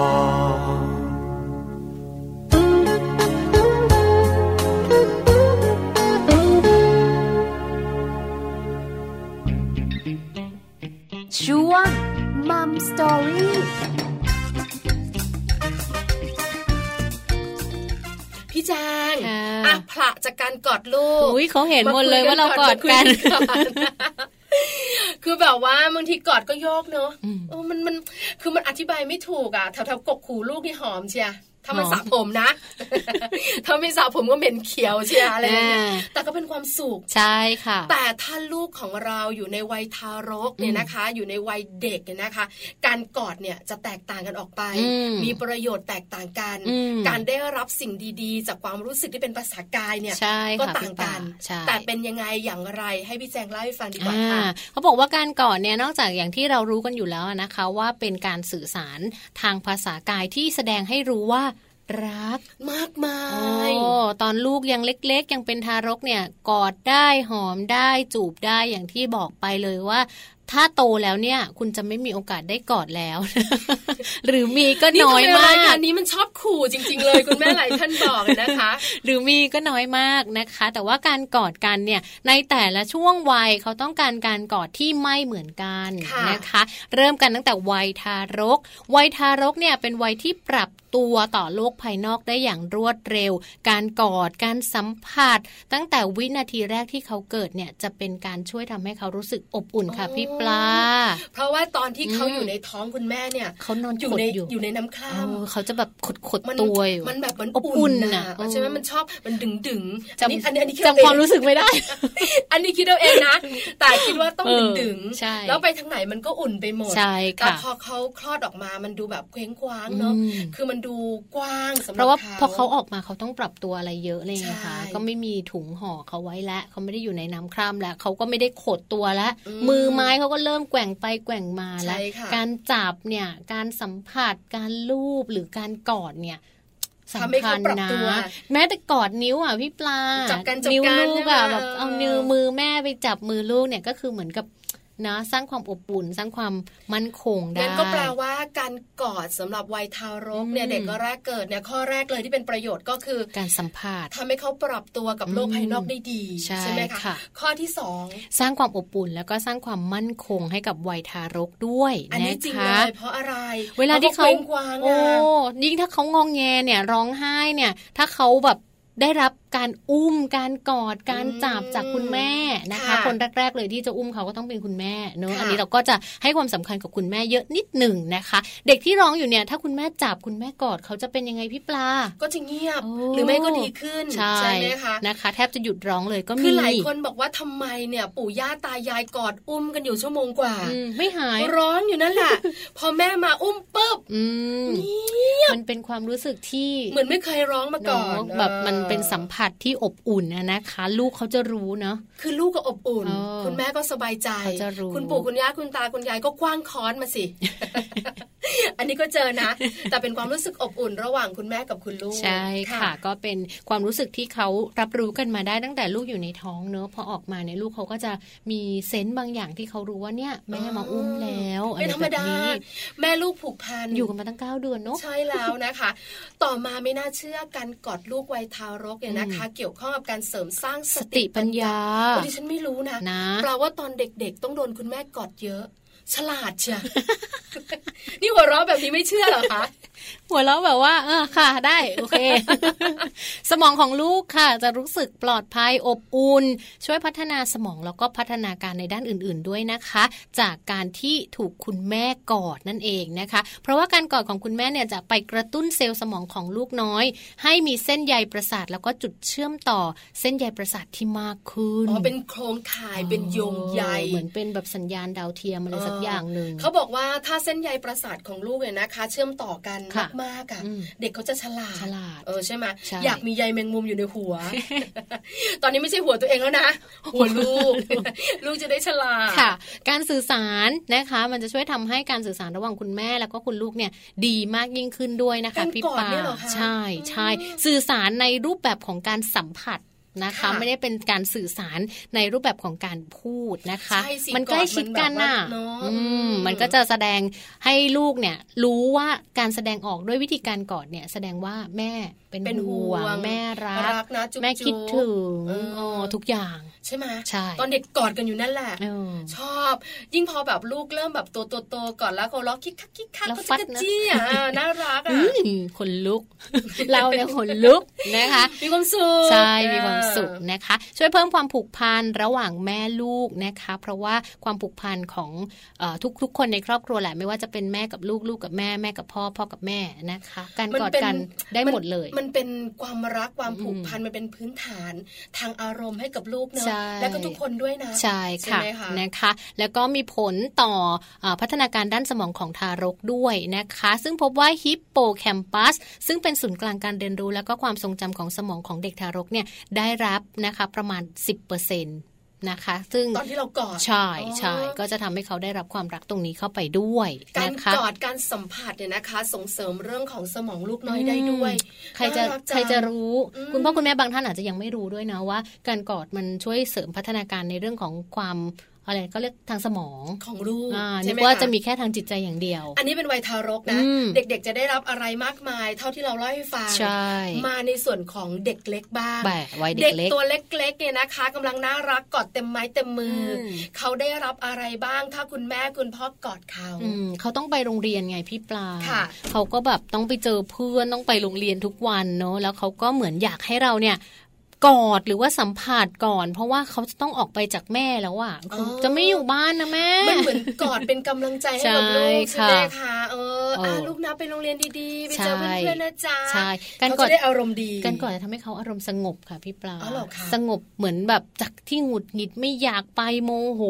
ช่วงมัมสตอรี่ พี่จาง ค่ะ อ่ะผละจากการกอดลูก อุ้ยเขาเห็นหมดเลยว่าเรากอดกัน มาคุยก่อนคือแบบว่าบางทีกอดก็โยกเนอะ อืม เออมันมันคือมันอธิบายไม่ถูกอ่ะแถวแถวๆกกหูลูกนี่หอมเชียถ้ามัน หอม สระผมนะ ถ้าไม่สระผมก็เหม็นเขียวเชียอะไรอย่างเงี้ย อ่า แต่ก็เป็นความสุข ใช่ค่ะ แต่ถ้าลูกของเราอยู่ในวัยทารกเนี่ยนะคะ อยู่ในวัยเด็กเนี่ยนะคะ การกอดเนี่ยจะแตกต่างกันออกไป อืม มีประโยชน์แตกต่างกัน อืม การได้รับสิ่งดีๆ จากความรู้สึกที่เป็นภาษากายเนี่ย ใช่ ก็ ค่ะ ต่างกัน คุณปาใช่ แต่เป็นยังไงอย่างไรให้พี่แจงเล่าให้ฟังดีกว่า อ่า ค่ะ เขาบอกว่าการกอดเนี่ยนอกจากอย่างที่เรารู้กันอยู่แล้วนะคะ ว่าเป็นการสื่อสารทางภาษากายที่แสดงให้รู้ว่ารัก มากมา โอ้ ย ตอนลูกยังเล็ก ๆ ยังเป็นทารกเนี่ยกอดได้หอมได้จูบได้อย่างที่บอกไปเลยว่า ถ้าโตแล้วเนี่ย คุณจะไม่มีโอกาสได้กอดแล้ว หรือมีก็ นี่ น้อย ทำมารไมายกาก รนี้มันชอบขู่จริง ๆ เลย คุณแม่หลายท่านบอกนะคะ หรือมีก็น้อยมากนะคะ แต่ว่าการกอดกันเนี่ยในแต่ละช่วงวัยเขาต้องการการกอดที่ไม่เหมือนกัน ค่ะ นะคะ เริ่มกันตั้งแต่วัยทารก วัยทารกเนี่ยเป็นวัยที่ปรับตัวต่อโลกภายนอกได้อย่างรวดเร็ว การกอดการสัมผัส ตั้งแต่วินาทีแรกที่เขาเกิดเนี่ยจะเป็นการช่วยทำให้เขารู้สึกอบอุ่นค่ะ อ๋อ พี่ปลา เพราะว่าตอนที่เขา อืม อยู่ในท้องคุณแม่เนี่ย เขานอน อยู่ ขด ใน อยู่ อยู่ในน้ำค เอ ร่ำ อเขาจะแบบขดขด มัน ๆตัวอยู่ มันแบบมัน อบอุ่น นะ น่ะเออ ใช่ไหมมันชอบมันดึงดึงๆอันนี้อันนี้อันนี้คิดเอ จำ ง ความรู้สึกไม่ได้ อันนี้คิดเอาเอง นะ แต่คิดว่าต้อง เอ ดึ อง ดึง ใช่ แล้วไปทางไหนมันก็อุ่นไปหมด ใช่ แต่ ค่ะ พอเขาคลอดออกมามันดูแบบเคว้งคว้างเนาะ อืม คือมันดูกว้างสำหรับ เพราะว่าพอเขาออกมาเขาต้องปรับตัวอะไรเยอะอะไรอย่างเลยนะคะ ใช่ ก็ไม่มีถุงห่อเขาไว้แล้วเขาไม่ได้อยู่ในน้ำคร่ำแล้วเขาก็ไม่ได้ขดตัวแล้ว อืม มือไม้เขาก็เริ่มแกว่งไปแกว่งมาแล้ว ใช่ค่ะ การจับเนี่ยการสัมผัส การลูบหรือการกอดเนี่ย ทำให้ สำคั เขา ญ ปรับ นะ ตัว แม้แต่กอดนิ้วอ่ะพี่ปลา จับกันจับกัน นิ้วลูกอ่ะ ใช่ไหม แบบเอา เออ นิ้วมือแม่ไปจับมือลูกเนี่ยก็คือเหมือนกับ นะสร้างความอบอุ่น สร้างความมั่นคงได้ งั้นก็แปลว่าการกอดสำหรับวัยทารกเนี่ย อืม เด็กแรกเกิดเนี่ยข้อแรกเลยที่เป็นประโยชน์ก็คือ การสัมผัส ทำให้เขาปรับตัวกับโลก อืม ภายนอกได้ดี ใช่ ไหมคะ ค่ะ ข้อที่สอง สร้างความอบอุ่นแล้วก็สร้างความมั่นคงให้กับวัยทารกด้วย อันนี้ นะ จริงเล คะ ยเพราะอะไร เวลาที่เขา ว้งวาง โอ้ อะ ยิ่งถ้าเขางองแงเนี่ยร้องไห้เนี่ย ถ้าเขาแบบได้รับการอุ้มการกอดการจับจากคุณแม่นะคะ ะ คนแรกๆเลยที่จะอุ้มเขาก็ต้องเป็นคุณแม่เนอะ ค่ะ อันนี้เราก็จะให้ความสำคัญกับคุณแม่เยอะนิดหนึ่งนะคะ เด็กที่ร้องอยู่เนี่ย ถ้าคุณแม่จับคุณแม่กอดเขาจะเป็นยังไงพี่ปลา ก็จะเงียบ โอ้ หรือไม่ก็ดีขึ้น ใช่ ไหมคะ นะคะ แทบจะหยุดร้องเลยก็มี คือหลายคนบอกว่าทำไมเนี่ย ปู่ย่าตายายกอดอุ้มกันอยู่ชั่วโมงกว่า อืมไม่หาย ร้องอยู่นั่นแหละ พอแม่มาอุ้มปุ๊บ อืม นี่ มันเป็นความรู้สึกที่ เหมือนไม่เคยร้องมาก่อน เะแบบมันเป็นสัม เออ ผัสที่อบอุ่นนะนะคะ ลูกเขาจะรู้เนาะ คือลูกก็อบอุ่น เออ คุณแม่ก็สบายใจ เขาจะรู้ คุณปู่คุณย่าคุณตาคุณยายก็คว้างค้อนมา สิ อันนี้ก็เจอนะ แต่เป็นความรู้สึกอบอุ่นระหว่างคุณแม่กับคุณลูก ใช่ค่ะ ก็เป็นความรู้สึกที่เขารับรู้กันมาได้ตั้งแต่ลูกอยู่ในท้องเนอะพอออกมาเนี่ยลูกเขาก็จะมีเซนต์บางอย่างที่เขารู้ว่าเนี่ยแม่มาอุ้มแล้วอะ เป็น ไร ธรร แบ ม บ ดา นี้ แม่ลูกผูกพัน อยู่กันมาตั้งเก้าเดือนเนอะ ใช่แล้วนะคะ ต่อมาไม่น่าเชื่อการกอดลูกวัยทารกเนี่ยนะคะ เกี่ยวข้องกับการเสริมสร้างส สติปัญญา โอ้ดิฉันไม่รู้นะ นะ แปลว่าตอนเด็กๆ ต้องโดนคุณแม่กอดเยอะ ฉลาดเชีย นี่หัวเราะแบบนี้ไม่เชื่อเหรอคะ หัวเราะแบบว่า เออค่ะได้ โอเค สมองของลูกค่ะ จะรู้สึกปลอดภัยอบอุ่น ช่วยพัฒนาสมองแล้วก็พัฒนาการในด้านอื่น ๆ ด้วยนะคะ จากการที่ถูกคุณแม่กอดนั่นเองนะคะ เพราะว่าการกอดของคุณแม่เนี่ยจะไปกระตุ้นเซลล์สมองของลูกน้อย ให้มีเส้นใยประสาทแล้วก็จุดเชื่อมต่อเส้นใยประสาทที่มากขึ้น อ๋อเป็นโครงข่ายเป็นโยงใย เหมือนเป็นแบบสัญญาณดาวเทียมอะไรสักอย่างหนึ่ง เขาบอกว่าถ้าเส้นใยประสาทของลูกเนี่ยนะคะ เชื่อมต่อกัน ค่ะ มากๆอ่ะ อืม เด็กเขาจะฉลาด ฉลาด เออใช่ไหม ใช่ อยากมีใยแมงมุมอยู่ในหัว ตอนนี้ไม่ใช่หัวตัวเอง แล้วนะหัวลูก ลูกจะได้ฉลาด ค่ะ การสื่อสารนะคะ มันจะช่วยทำให้การสื่อสารระหว่างคุณแม่แล้วก็คุณลูกเนี่ยดีมากยิ่งขึ้นด้วยนะคะ การ พี่ กอด ปา เนี่ยเหรอคะ ใช่ใช่สื่อสารในรูปแบบของการสัมผัสนะคะ ค่ะ ไม่ได้เป็นการสื่อสารในรูปแบบของการพูดนะคะ ใช่สิ มันใกล้ชิดกันน่ะ กอดมันแบบว่าเนอะ อืม อืม มันก็จะแสดงให้ลูกเนี่ยรู้ว่าการแสดงออกด้วยวิธีการกอดเนี่ย แสดงว่าแม่เป็น เป็น ห่ ห่ วงวง แม่รัก นะจุ๊บๆ แม่คิดถึง เออ อ๋อทุกอย่าง ใช่ไหม ใช่ ตอนเด็กกอดกันอยู่นั่นแหละ เออ ชอบ ยิ่งพอแบบลูกเริ่มแบบตัวโตๆก่อนแล้วเขาล้อคิกคักคิกคัก แล้ว ก็ ฟั จะ ด กระ นะ จี้อ่ะน่ารักอ่ะ อืมขนลุก เราเนี่ยขนลุกนะคะ มีความสุข ใช่มีความสุขนะคะ ช่วยเพิ่มความผูกพันระหว่างแม่ลูกนะคะ เพราะว่าความผูกพันของเออทุกๆ คนในครอบครัวแหละไม่ว่าจะเป็นแม่กับลูกลูกกับแม่แม่กับพ่อพ่อกับแม่นะคะ การกอดกันได้หมดเลย มันเป็นความรักความผูก อืม พันมันเป็นพื้นฐานทางอารมณ์ให้กับลูกเนอะ ใช่ แล้วก็ทุกคนด้วยนะ ใช่ค่ะ ไหมคะ นะคะ แล้วก็มีผลต่อเออพัฒนาการด้านสมองของทารกด้วยนะคะ ซึ่งพบว่าฮิปโปแคมปัสซึ่งเป็นศูนย์กลางการเรียนรู้ แล้วก็ความทรงจำของสมองของเด็กทารกเนี่ยได้รับนะคะประมาณ 10%นะคะ ซึ่ง ตอนที่เรากอด ใช่ใช่ อ๋อ ก็จะทำให้เขาได้รับความรักตรงนี้เข้าไปด้วย การ นะคะ กอดการสัมผัสเนี่ยนะคะ ส่งเสริมเรื่องของสมองลูกน้อยได้ด้วย ใครจะ น่ารักจัง ใครจะรู้ อืม คุณพ่อคุณแม่บางท่านอาจจะยังไม่รู้ด้วยนะว่า การกอดมันช่วยเสริมพัฒนาการในเรื่องของความอะไรก็เรียกทางสมอง ของลูก อ่า ใช่ นึก ไหม ว่า ค จะมีแค่ทางจิตใจอย่างเดียว อันนี้เป็นวัยทารกนะ อืม เด็กๆ จะได้รับอะไรมากมาย เท่าที่เราเล่าให้ฟัง ใช่ มาในส่วนของเด็กเล็กบ้าง แบบวัยเด็กเล็ก ตัวเล็กๆเนี่ยนะคะกำลังน่ารักกอดเต็มไม้เต็มมืออ ม เขาได้รับอะไรบ้าง ถ้าคุณแม่คุณพ่อกอดเขา อืมเขาต้องไปโรงเรียนไงพี่ปลา ค่ะ เขาก็แบบต้องไปเจอเพื่อนต้องไปโรงเรียนทุกวันเนาะแล้วเขาก็เหมือนอยากให้เราเนี่ยกอดหรือว่าสัมผัสก่อน เพราะว่าเขาจะต้องออกไปจากแม่แล้วอะ อ๋อ จะไม่อยู่บ้านนะแม่ มันเหมือนกอดเป็นกำลังใจให้กับลูก ใช่ ใช่ไหมคะเออ เอออ่ อ่ะลูกนะไปโรงเรียนดีๆไป ใช่ เจอเพื่อนๆนะจ๊ะ ใช่ เขา การกอ จะ ด ได้อารมณ์ดี การกอดจะทำให้เขาอารมณ์สงบค่ะพี่ปลา อ๋อเหรอคะ สงบเหมือนแบบจากที่หงุดหงิดไม่อยากไปโมโห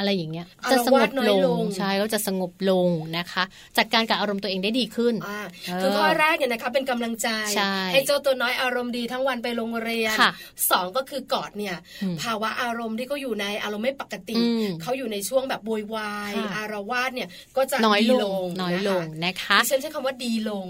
อะไรอย่างเงี้ยจะสงบ อารวาสน้อยลง ใช่ก็จะสงบลงนะคะ จัดการกับอารมณ์ตัวเองได้ดีขึ้น อ่า เออ คือข้อแรกเนี่ยนะคะเป็นกำลังใจ ใช่ เจ้าตัวน้อยอารมณ์ดีทั้งวันไปโรงเรียน ค่ะ สองก็คือกอดเนี่ย อืม ภาวะอารมณ์ที่เขาอยู่ในอารมณ์ไม่ปกติ อืม เขาอยู่ในช่วงแบบโวยวาย ค่ะ อารวาสเนี่ยก็จะ น้อย ดี ลงน้อยลง ะ นะคะ คะดิฉันใช้คำว่าดี ลง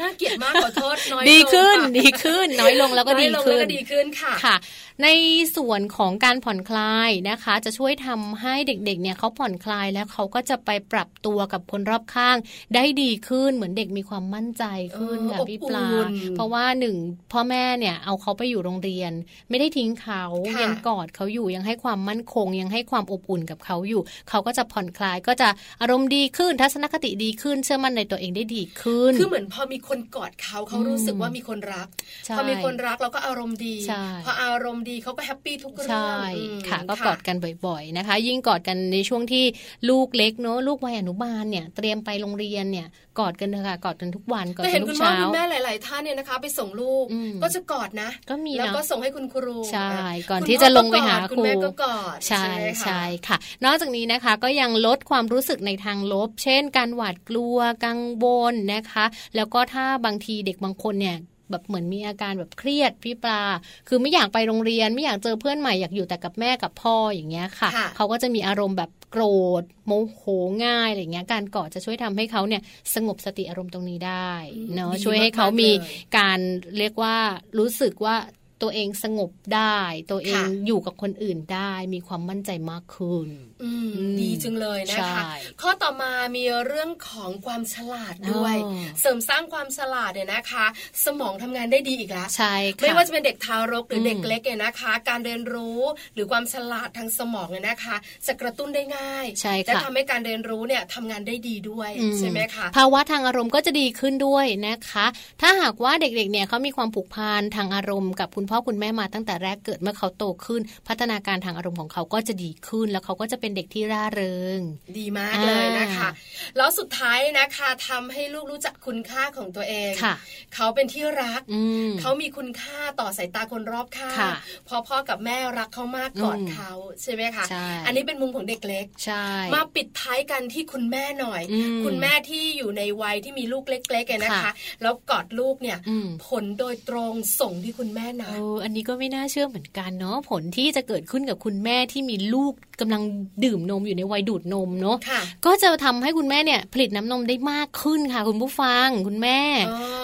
น่าเกลียดมากขอโทษน้อยลง ดีขึ้น ค่ะ ดีขึ้น น้อยลงแล้วก็ น้ ดี อยลง ขึ้ แล้ว น ก็ดีขึ้นค่ะ ค่ะ ในส่วนของการผ่อนคลายนะคะ จะช่วยทำให้ เด็กๆเนี่ยเขาผ่อนคลายแล้วเขาก็จะไปปรับตัวกับคนรอบข้าง ได้ดีขึ้นเหมือนเด็กมีความมั่นใจขึ้น เออ ค่ะ อบ พี่ปลา อุ่น เพราะว่าหนึ่งพ่อแม่เนี่ยเอาเขาไปอยู่โรงเรียน ไม่ได้ทิ้งเขา ค่ะ ยังกอดเขาอยู่ยังให้ความมั่นคง ยังให้ความอบอุ่นกับเขาอยู่ เขาก็จะผ่อนคลายก็จะอารมณ์ดีขึ้นทัศนคติดีขึ้นเชื่อมั่นในตัวเองได้ดีขึ้น คือเหมือนพอมีคนกอดเขาเขารู้สึกว่ามีคนรัก ใช่ พอมีคนรักเราก็อารมณ์ดี ใช่ พออารมณ์ดีเขาก็แฮปปี้ทุกเรื่ ใช่ อืม ค่ะก็กอดกันบ่อยๆนะคะ ยิ่งกอดกันในช่วงที่ลูกเล็กเนอะลูกวัยอนุบาลเนี่ยเตรียมไปโรงเรียนเนี่ยกอดกันเถอะค่ะกอดกันทุกวันกอด ก็ กั เห็น นทุ คุณ ก พ่อ เช้า คุณแม่หลาย ๆ ท่านเนี่ยนะคะ ไปส่งลูก อืม ก็จะกอดนะ ก็มีนะ แล้วก็ส่งให้คุณครู ใช่ก่อน คุณ ที่จะลงไป พ่อหาก็กอดคุคณรู แม่ก็กอด ใช่ ไหมคะ ใช่ค่ะ นอกจากนี้นะคะก็ยังลดความรู้สึกในทางลบ เช่น การหวาดกลัวกังวลนะคะ แล้วก็ถ้าบางทีเด็กบางคนเนี่ยแบบเหมือนมีอาการแบบเครียดพี่ปลา คือไม่อยากไปโรงเรียนไม่อยากเจอเพื่อนใหม่อยากอยู่แต่กับแม่กับพ่ออย่างเงี้ยค่ะ ค่ะ เขาก็จะมีอารมณ์แบบโกรธโมโหง่ายอะไรอย่างเงี้ยการกอดจะช่วยทำให้เขาเนี่ยสงบสติอารมณ์ตรงนี้ได้เนาะ ดี ช่วยให้เขา กๆ มี ลย การเรียกว่ารู้สึกว่าตัวเองสงบได้ ตัวเอง ค่ะ อยู่กับคนอื่นได้ มีความมั่นใจมากขึ้น อืม อืม ดีจังเลยนะคะ ใช่ ข้อต่อมามีเรื่องของความฉลาดด้วย อ๋อ เสริมสร้างความฉลาดเนี่ยนะคะ สมองทำงานได้ดีอีกแล้ว ใช่ค่ะ ไม่ว่าจะเป็นเด็กทารกหรืออ ม เด็กเล็กเนี่ยนะคะ การเรียนรู้หรือความฉลาดทางสมองเนี่ยนะคะ จะกระตุ้นได้ง่าย ใช่ และ ค่ะ ทำให้การเรียนรู้เนี่ยทำงานได้ดีด้วย อื ใช่ไหมคะ ภาวะทางอารมณ์ก็จะดีขึ้นด้วยนะคะ ถ้าหากว่าเด็กๆเนี่ยเขามีความผูกพันทางอารมณ์กับคุณพ่อคุณแม่มาตั้งแต่แรกเกิดเมื่อเขาโตขึ้น พัฒนาการทางอารมณ์ของเขาก็จะดีขึ้น แล้วเขาก็จะเป็นเด็กที่ร่าเริง ดีมากเลยนะคะ อ่า แล้วสุดท้ายนะคะทำให้ลูกรู้จักคุณค่าของตัวเอง ค่ะ เขาเป็นที่รัก อืม เขามีคุณค่าต่อสายตาคนรอบข้าง ค่ะ พอพ่อกับแม่รักเขามากกอด อืม เขาใช่ไหมคะ ใช่ อันนี้เป็นมุมของเด็กเล็ก ใช่ มาปิดท้ายกันที่คุณแม่หน่อย อืม คุณแม่ที่อยู่ในวัยที่มีลูกเล็กๆอะนะคะ ค่ะ แล้วกอดลูกเนี่ย อืม ผลโดยตรงส่งที่คุณแม่นะ เอออันนี้ก็ไม่น่าเชื่อเหมือนกันเนาะผลที่จะเกิดขึ้นกับคุณแม่ที่มีลูกกำลังดื่มนมอยู่ในวัยดูดนมเนาะ ค่ะ ก็จะทำให้คุณแม่เนี่ยผลิตน้ำนมได้มากขึ้นค่ะ คุณผู้ฟังคุณแม่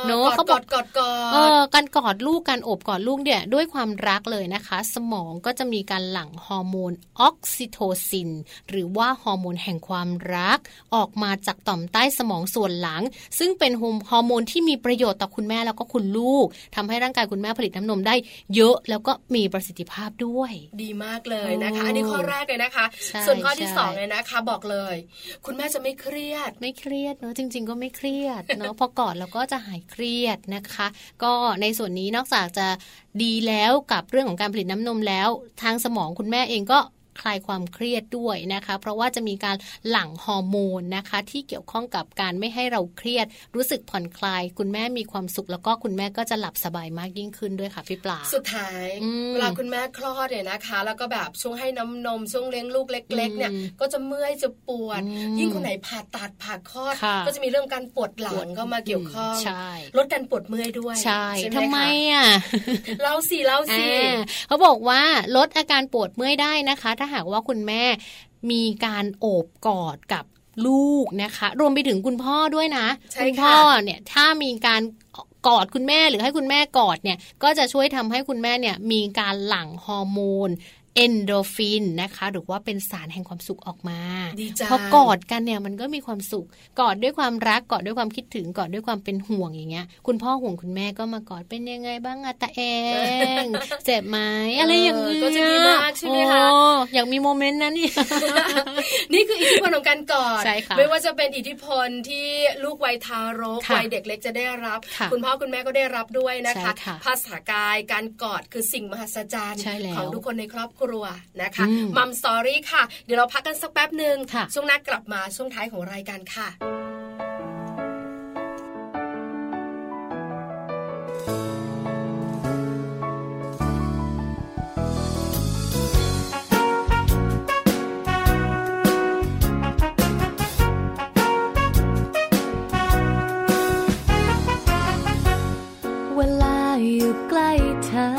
เนาะ เขา เขาบกอ อก ดกอดกอ เอ ด อการกอดลูกการโอบกอดลูกเนี่ยด้วยความรักเลยนะคะ สมองก็จะมีการหลั่งฮอร์โมนออกซิโทซิน หรือว่าฮอร์โมนแห่งความรัก ออกมาจากต่อมใต้สมองส่วนหลัง ซึ่งเป็นฮอร์โมนฮอร์โมนที่มีประโยชน์ต่อคุณแม่แล้วก็คุณลูกทำให้ร่างกายคุณแม่ผลิตน้ำนมได้เยอะแล้วก็มีประสิทธิภาพด้วย ดีมากเลยนะโอ้คะอันนี้ข้อแรกเลยนะคะ ใช่ ส่วนข้อที่ ใช่ สองเลยนะคะ บอกเลย คุณแม่จะไม่เครียด ไม่เครียดเนอะจริง ๆ ก็ไม่เครียดเนอะ พอกอดเราก็จะหายเครียดนะคะ ก็ในส่วนนี้นอกจากจะดีแล้วกับเรื่องของการผลิตน้ำนมแล้ว ทางสมองคุณแม่เองก็คลายความเครียดด้วยนะคะ เพราะว่าจะมีการหลั่งฮอร์โมนนะคะ ที่เกี่ยวข้องกับการไม่ให้เราเครียด รู้สึกผ่อนคลาย คุณแม่มีความสุข แล้วก็คุณแม่ก็จะหลับสบายมากยิ่งขึ้นด้วยค่ะพี่ปลา สุดท้าย อืม เวลาคุณแม่คลอดเนี่ยนะคะ แล้วก็แบบช่วงให้น้ำนมช่วงเลี้ยงลูกเล็ก ๆ เนี่ย อืม ก็จะเมื่อยจะปวด อืม ยิ่งคนไหนผ่าตัดผ่าคลอด ค่ะ ก็จะมีเรื่องการปวดหลังเข้ามาเกี่ยวข้อง ใช่ ลดการปวดเมื่อยด้วย ใช่ ห ทำไม คะ อ่ะ เล่าสิเล่าสิ อ่าเขาบอกว่าลดอาการปวดเมื่อยได้นะคะ ถ้าหากว่าคุณแม่มีการโอบกอดกับลูกนะคะ รวมไปถึงคุณพ่อด้วยนะ ใช่ คุณ ค่ะ พ่อเนี่ยถ้ามีการกอดคุณแม่หรือให้คุณแม่กอดเนี่ยก็จะช่วยทำให้คุณแม่เนี่ยมีการหลั่งฮอร์โมนเอนโดรฟินนะคะ หรือว่าเป็นสารแห่งความสุขออกมา ดีจัง พอกอดกันเนี่ยมันก็มีความสุข กอดด้วยความรักกอดด้วยความคิดถึงกอดด้วยความเป็นห่วงอย่างเงี้ย คุณพ่อห่วงคุณแม่ก็มากอดเป็นยังไงบ้างอะตาเอง เจ็บไหมอะไรอย่างเงี้ย เออก็จะดีมากใช่ไหมคะ โอ้อยากมีโมเมนต์นั้นเนี่ย นี่คืออิทธิพลของการกอด ใช่ค่ะ ไม่ว่าจะเป็นอิทธิพลที่ลูกวัยทารก ค่ะ วัยเด็กเล็กจะได้รับ ค่ะ ณพ่อคุณแม่ก็ได้รับด้วยนะ ใช่ คะ ค่ะ ภาษากายการกอดคือสิ่งมหัศจรรย์ ใช่แล้ว ของทุกคนในครอบครัวนะคะ อืม มัมสตอรี่ค่ะ เดี๋ยวเราพักกันสักแป๊บหนึ่ง ค่ะ ช่วงหน้ากลับมาช่วงท้ายของรายการค่ะ เวลาอยู่ใกล้เธอ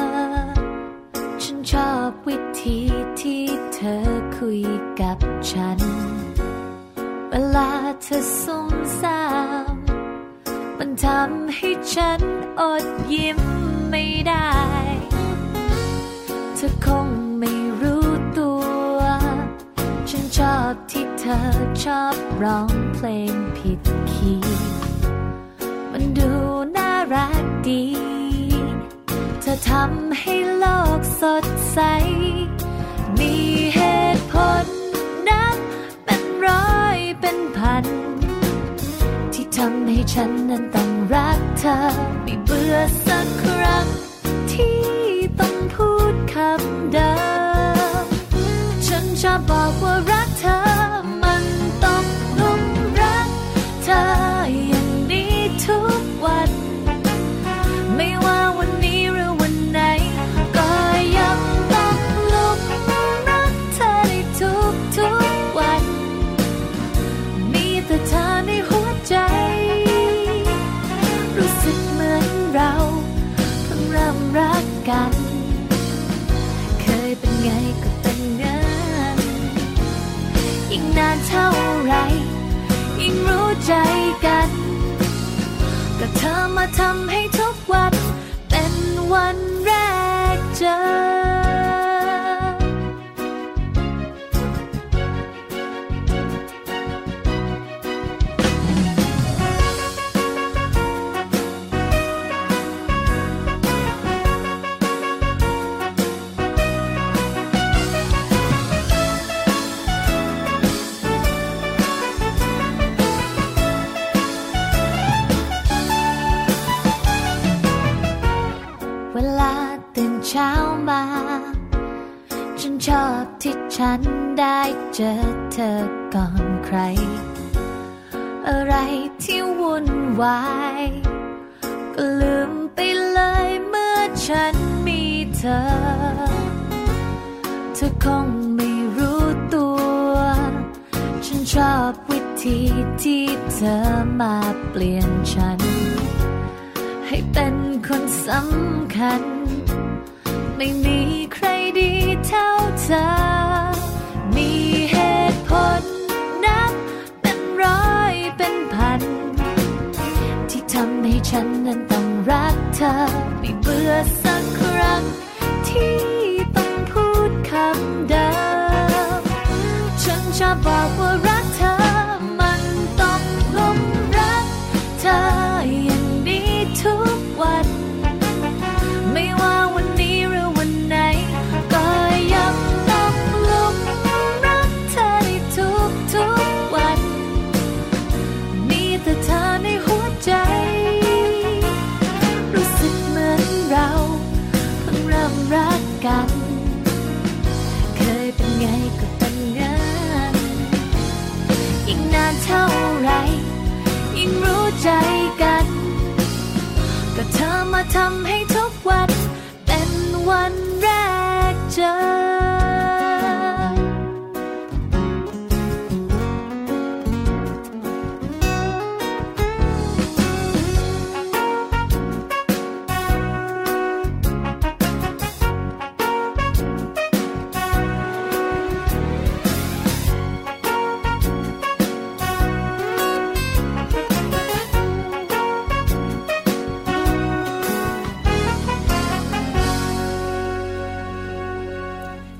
ฉันชอบวิธีที่เธอคุยกับฉัน เวลาเธอสุ่มสามมันทำให้ฉันอดยิ้มไม่ได้ เธอคงไม่รู้ตัว ฉันช ธอชอบร้องเพลงผิดคีย์มันดูน่ารักดี เธอทำให้โลกสดใส มีเหตุผลนับเป็นร้อยเป็นพัน ที่ทำให้ฉันนั้นต้องรักเธอ ไม่เบื่อสักครั้ง ที่ต้องพูดคำเดิม ฉันชอบบอกว่ารักเธอ มันต้องหลุ่มรักเธออย่างนี้ทุกวัน ไม่ว่าวันนี้หรือวันไหน ก็ยังต้องหลุ่มรักเธอในทุกทุกๆวัน มีแต่เธอในหัวใจ รู้สึกเหมือนเราเพิ่งเริ่มรักกัน เคยเป็นไงก็เป็นเงินยิ่งนานเท่าไหรยิ่งรู้ใจกัน ก็เธอมาทำให้ทุกวัน เป็นวันแรกเจอ เวลาตื่นเช้ามา ฉันชอบที่ฉันได้เจอเธอก่อนใคร อะไรที่วุ่นวายก็ลืมไปเลยเมื่อฉันมีเธอ เธอคงไม่รู้ตัว ฉันชอบวิธีที่เธอมาเปลี่ยนฉัน ให้เป็นคนสำคัญ ไม่มีใครดีเท่าเธอ มีเหตุผลนับเป็นร้อยเป็นพัน ที่ทำให้ฉันนั้นต้องรักเธอ ไม่เบื่อสักครั้ง ที่ต้องพูดคำเดิม ฉันชอบบอกว่ารักเธอ มันต้องหลุ่มรักเธออย่างนี้ทุกวัน ไม่ว่าวันนี้หรือวันไหน ก็ยังต้องหลุ่มรักเธอในทุกทุกๆวัน มีแต่เธอในหัวใจ รู้สึกเหมือนเราเพิ่งเริ่มรักกัน เคยเป็นไงก็เป็นงานยิ่งนานเท่าไหรยิ่งรู้ใจกัน ก็เธอมาทำให้ทุกวัน เป็นวันแรกเจอ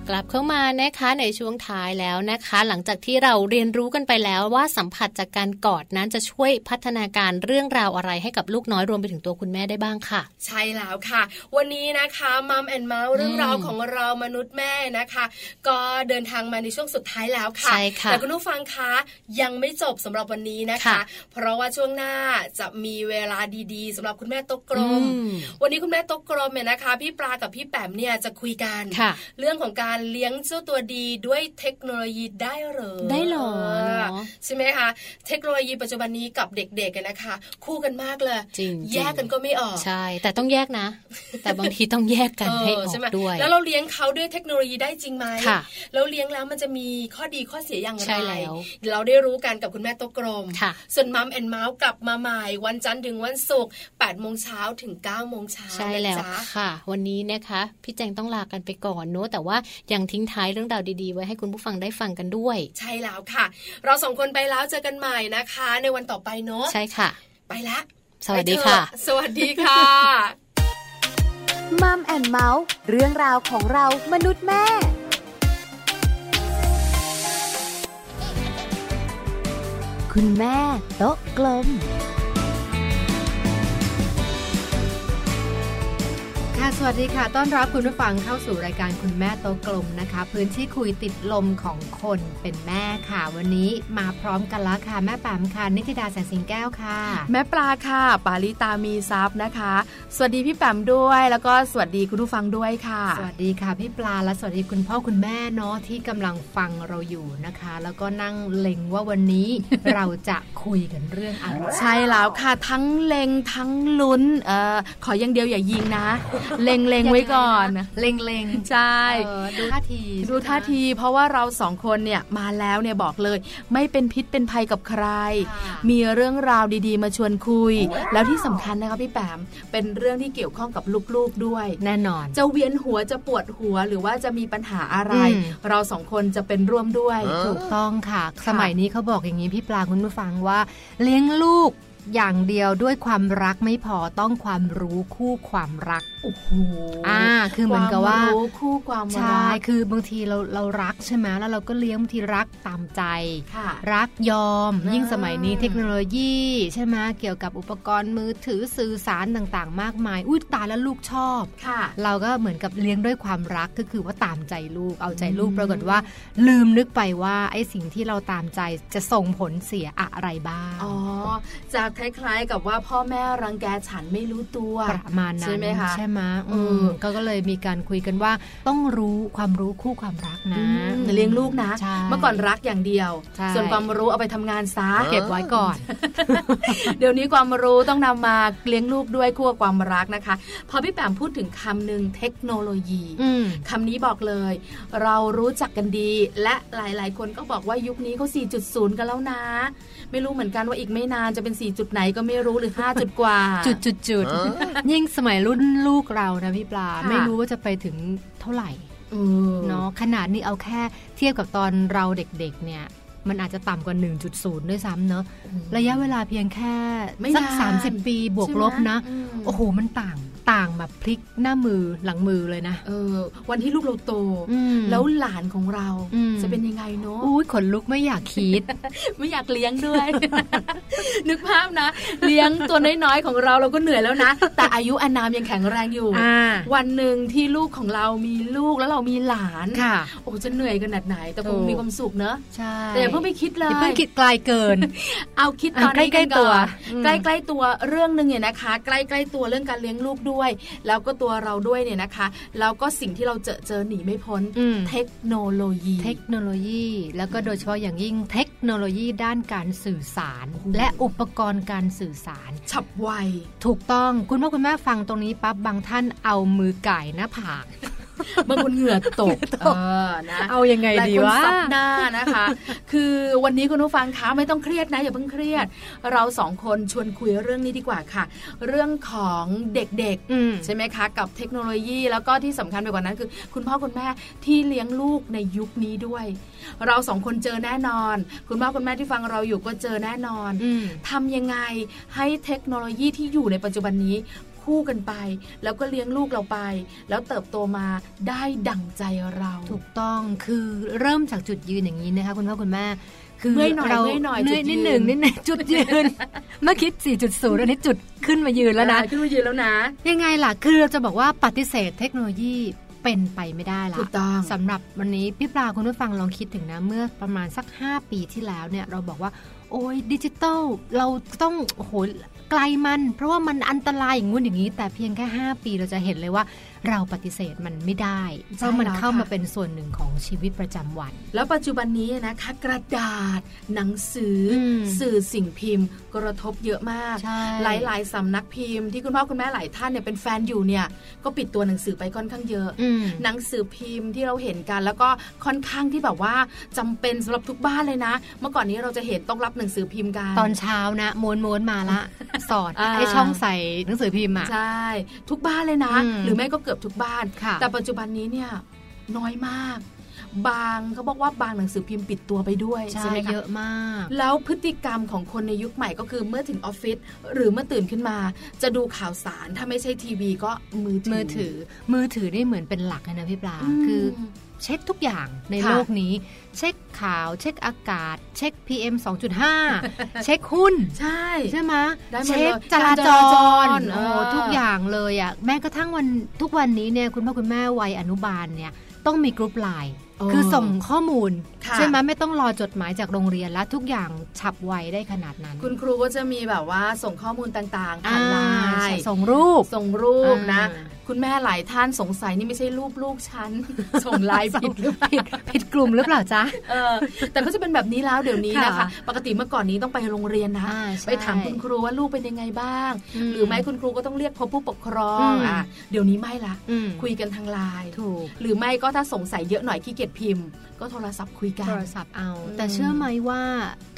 กลับเข้ามานะคะในช่วงท้ายแล้วนะคะ หลังจากที่เราเรียนรู้กันไปแล้วว่าสัมผัสจากการกอดนั้นจะช่วยพัฒนาการเรื่องราวอะไรให้กับลูกน้อยรวมไปถึงตัวคุณแม่ได้บ้างค่ะ ใช่แล้วค่ะ วันนี้นะคะมัมแอนเมาส์เรื่องราวของเรามนุษย์แม่นะคะ ก็เดินทางมาในช่วงสุดท้ายแล้วค่ะ ใช่ค่ะ แต่คุณผู้ฟังคะยังไม่จบสำหรับวันนี้นะคะ ค่ะ เพราะว่าช่วงหน้าจะมีเวลาดีๆสำหรับคุณแม่โตะกลม อืม วันนี้คุณแม่โตะกลมเนี่ยนะคะ พี่ปลากับพี่แปมเนี่ยจะคุยกัน ค่ะ เรื่องของการเลี้ยงเจ้าตัวดีด้วยเทคโนโลยีได้เหรอ ได้เหรอ เออ เนอะ ใช่ไหมคะเทคโนโลยีปัจจุบันนี้กับเด็กๆกันนะคะ คู่กันมากเลย จริง แยกกันก็ไม่ออก ใช่ แต่ต้องแยก นะ แต่บางทีต้องแยกกันให้อ เออ อ ใช่ ก ไหม ด้วย แล้วเราเลี้ยงเขาด้วยเทคโนโลยีได้จริงไหม ค่ะ แล้วเลี้ยงแล้วมันจะมีข้อดีข้อเสียอย่างไร ใช่แล้ว เราได้รู้กันกับคุณแม่โต๊ะกลม ค่ะ ส่วนมัมแอนเมาส์กลับมาใหม่วันจันทร์ถึงวันศุกร์8โมงเช้าถึง9โมงเช้า ใช่แล้ว นะจ๊ะ ค่ะ วันนี้นะคะพี่แจงต้องลากันไปก่อนเนอะแต่ว่ายังทิ้งท้ายเรื่องราวดีๆ ไว้ให้คุณผู้ฟังได้ฟังกันด้วย ใช่แล้วค่ะ เราสองคนไปแล้วเจอกันใหม่นะคะ ในวันต่อไปเนาะ ใช่ค่ะ ไปละ สวัสดี ไปเถอ ค่ะ สวัสดีค่ะ มัมแอนเมาส์เรื่องราวของเรามนุษย์แม่ คุณแม่โต๊ะกลม ค่ะ สวัสดีค่ะ ต้อนรับคุณผู้ฟังเข้าสู่รายการคุณแม่โตะกลมนะคะ พื้นที่คุยติดลมของคนเป็นแม่ค่ะ วันนี้มาพร้อมกันแล้วค่ะ แม่แปมค่ะ นิติดาแสงสิงแก้วค่ะ แม่ปลาค่ะ ปาลิตามีซับนะคะ สวัสดีพี่แปมด้วย แล้วก็สวัสดีคุณผู้ฟังด้วยค่ะ สวัสดีค่ะพี่ปลาและสวัสดีคุณพ่อคุณแม่เนาะที่กำลังฟังเราอยู่นะคะ แล้วก็นั่งเล็งว่าวันนี้ เราจะคุยกันเรื่องอะไร ใช่แล้วค่ะ ทั้งเลงทั้งลุ้นเออขออย่างเดียวอย่ายิงนะ เลงเลงไว้ก่อน เล็งเล็ง ใช่ ๆเออดูท่าที ดูท่าทีเพราะว่าเราสองคนเนี่ยมาแล้วเนี่ยบอกเลย ไม่เป็นพิษเป็นภัยกับใคร มี มีเรื่องราวดีๆ มาชวนคุย แล้วที่สำคัญนะคะพี่แปมเป็นเรื่องที่เกี่ยวข้องกับลูกๆด้วย แน่นอน จะเวียนหัวจะปวดหัวหรือว่าจะมีปัญหาอะไร อืม เราสองคนจะเป็นร่วมด้วย ถูกต้องค่ะ สมัยนี้เขาบอกอย่างนี้พี่ปลาคุณผู้ฟังว่า เลี้ยงลูกอย่างเดียวด้วยความรักไม่พอต้องความรู้คู่ความรัก โอ้โห อ่าคือเหมือนกับว่า คมรู้คู่ความ ใช่ รัก คือบางทีเราเรารักใช่ไหมแล้วเราก็เลี้ยงบางทีรักตามใจ ค่ะ รักยอม อ่ายิ่ ยิ่งสมัยนี้เทคโนโลยี ใช่ไหมเกี่ยวกับอุปกรณ์มือถือสื่อสารต่างๆ มากมาย อุ้ยตายแล้วลูกชอบ ค่ะ เราก็เหมือนกับเลี้ยงด้วยความรักก็คือว่าตามใจลูกเอาใจลูกปรากฏว่า ลืมนึกไปว่าไอ้สิ่งที่เราตามใจจะส่งผลเสียอะไรบ้าง อ๋อ จะคล้ายๆกับว่าพ่อแม่รังแกฉันไม่รู้ตัว ประมาณนั้น ใช่ไหมคะ ใช่ไหมอื เอ ม อ ก็ก็เลยมีการคุยกันว่า ต้องรู้ความรู้คู่ความรักนะ อืมเลี้ยงลูกนะ ใช่ เมื่อก่อนรักอย่างเดียว ใช่ ส่วนความรู้เอาไปทำงานซะ เก็บไว้ก่อน เดี๋ยวนี้ความรู้ต้องนำมาเลี้ยงลูกด้วยคู่กับความรักนะคะ พอพี่แปมพูดถึงคำหนึ่งเทคโนโลยี อืม คำนี้บอกเลย เรารู้จักกันดี และหลาย ๆ คนก็บอกว่ายุคนี้เขา 4.0 กันแล้วนะ ไม่รู้เหมือนกันว่าอีกไม่นานจะเป็น 4 จุดไหนก็ไม่รู้หรือ 5 จุดกว่า จุดจุดจุด ยิ่งสมัยรุ่นลูกเรานะพี่ปลา ค่ะ ไม่รู้ว่าจะไปถึงเท่าไหร่ เออ เนาะขนาดนี้เอาแค่เทียบกับตอนเราเด็กๆเนี่ย มันอาจจะต่ำกว่า 1.0 ด้วยซ้ำเนอะระยะเวลาเพียงแค่ ไม่ สัก นาน 30 ปีบวก ใช่ไหม ลบนะ อืม โอ้โห มันต่างต่างแบบพลิกหน้ามือหลังมือเลยนะ เออ วันที่ลูกเราโต อืม แล้วหลานของเรา อืม จะเป็นยังไงเนาะ อุ้ยขนลุกไม่อยากคิด ไม่อยากเลี้ยงด้วย นึกภาพนะ เลี้ยงตัวน้อยๆของเราเราก็เหนื่อยแล้วนะ แต่อายุอานามยังแข็งแรงอยู่ อ่า วันหนึ่งที่ลูกของเรามีลูกแล้วเรามีหลาน ค่ะ โอ้จะเหนื่อยขนาดไหน แต่คง ถูก มีความสุขเนอะ ใช่ แต่อย่าเพิ่งไปคิดเลย อย่าเพิ่งคิดไกลเกิน เอาคิดตอน อ่ะ นี้ ใกล้ กัน ๆตัว ก่อน อืม ใกล้ๆตัวเรื่องหนึ่งเนี่ยนะคะ ใกล้ๆตัวเรื่องการเลี้ยงลูกด้วย แล้วก็ตัวเราด้วยเนี่ยนะคะแล้วก็สิ่งที่เราเจอเจอหนีไม่พ้น อืม เทคโนโลยี เทคโนโลยี แล้วก็โดยเฉพาะอย่างยิ่งเทคโนโลยีด้านการสื่อสาร โอ้โห และอุปกรณ์การสื่อสาร ฉับไว ถูกต้องคุณพ่อคุณแม่ฟังตรงนี้ปั๊บบางท่านเอามือไก่หน้าผาก บางคนเหงื่อตกเออนะ เอายังไง หลาย ดี คน วะ ซับหน้านะคะ คือวันนี้คุณผู้ฟังคะไม่ต้องเครียดนะอย่าเพิ่งเครียด เราสองคนชวนคุยเรื่องนี้ดีกว่าค่ะ เรื่องของเด็กๆ อืม ใช่ไหมคะ กับเทคโนโลยีแล้วก็ที่สำคัญไปกว่านั้นคือ คุณพ่อคุณแม่ที่เลี้ยงลูกในยุคนี้ด้วย เราสองคนเจอแน่นอน คุณพ่อคุณแม่ที่ฟังเราอยู่ก็เจอแน่นอน อืม ทำยังไงให้เทคโนโลยีที่อยู่ในปัจจุบันนี้คู่กันไป แล้วก็เลี้ยงลูกเราไป แล้วเติบโตมาได้ดั่งใจเรา ถูกต้องคือเริ่มจากจุดยืนอย่างนี้นะคะคุณพ่อคุณแม่คื เมื่อยหน่อย เรา เมื่อยหน่อย เมื่ จุดยืน นิดหนึ่งนิดหนึ่งจุดยื น เมื่อคิด 4.0อันนี้จุดขึ้นมายืนแล้วนะ ขึ้นมายืนแล้วนะ ยังไงล่ะ คือเราจะบอกว่าปฏิเสธเทคโนโลยีเป็นไปไม่ได้ละ ถูกต้อง สำหรับวันนี้พี่ปลาคุณผู้ฟังลองคิดถึงนะ เมื่อประมาณสัก 5 ปีที่แล้วเนี่ย เราบอกว่า โอ้ยดิจิตอลเราต้องโอ้โหไกลมัน เพราะว่ามันอันตรายอย่างงู้นอย่างนี้ แต่เพียงแค่ 5 ปีเราจะเห็นเลยว่า เราปฏิเสธมันไม่ได้ เพราะมันเข้ามาเป็นส่วนหนึ่งของชีวิตประจำวัน แล้วปัจจุบันนี้นะคะกระดาษ หนังสืออ ม สื่อสิ่งพิมพ์ กระทบเยอะมาก ใช่ หลาย ๆ สำนักพิมพ์ที่คุณพ่อคุณแม่หลายท่านเนี่ยเป็นแฟนอยู่เนี่ย ก็ปิดตัวหนังสือไปค่อนข้างเยอะ อืม หนังสือพิมพ์ที่เราเห็นกัน แล้วก็ค่อนข้างที่แบบว่าจำเป็นสำหรับทุกบ้านเลยนะ เมื่อก่อนนี้เราจะเห็นต้องรับหนังสือพิมพ์กัน ตอนเช้านะม้วนม้วนๆมาละ สอด อ่า ไอช่องใส่หนังสือพิมพ์อ่ะ ใช่ทุกบ้านเลยนะ อืม หรือไม่ก็เกือบทุกบ้าน ค่ะ แต่ปัจจุบันนี้เนี่ยน้อยมาก บางเขาบอกว่าบางหนังสือพิมพ์ปิดตัวไปด้วย ใช่ ใช่ไหมค เยอะมาก แล้วพฤติกรรมของคนในยุคใหม่ก็คือเมื่อถึงออฟฟิศหรือเมื่อตื่นขึ้นมา จะดูข่าวสารถ้าไม่ใช่ทีวีก็มือถือ มือถือมือถือนี่เหมือนเป็นหลักเลยนะพี่ปลา อืม คือ เช็คทุกอย่างใน ค่ะ โลกนี้ เช็คข่าว เช็คอากาศ เช็ค PM 2.5 เช็คหุ้น ใช่ ใช่ไหม ได้หมดเลย เช็คจราจ การจราจ ร ร โอ้ เออ ทุกอย่างเลยอ่ะแม้กระทั่งวันทุกวันนี้เนี่ยคุณพ่อคุณแม่วัยอนุบาลเนี่ยต้องมีกรุ๊ปไลน์คือส่งข้อมูล ค่ะ ใช่ไหมไม่ต้องรอจดหมายจากโรงเรียนและทุกอย่างฉับไวได้ขนาดนั้น คุณครูก็จะมีแบบว่าส่งข้อมูลต่างๆผ่านไลน์ ส่งรูป ส่งรูปนะ อ่า คุณแม่หลายท่านสงสัยนี่ไม่ใช่รูปลูกฉั น ส่งไลน์ผิดหรือเปล่า ผิดผิดกลุ่มหรือเปล่าจ๊ะ เออแต่ก็จะเป็นแบบนี้แล้วเดี๋ยวนี้นะคะ ค่ะ ปกติเมื่อก่อนนี้ต้องไปโรงเรียนนะ อ่าใช่ ไปถามคุณครูว่าลูกเป็นยังไงบ้าง อืม หรือไม่คุณครูก็ต้องเรียกพบผู้ปกครอ อื ง ม อ่ะเดี๋ยวนี้ไม่ละ อืม คุยกันทางไลน์ ถูก หรือไม่ก็ถ้าสงสัยเยอะหน่อยขี้เกียจพิมพ์ ก็โทรศัพท์คุยกัน โทรศัพท์เอา อืม แต่เชื่อไหมว่า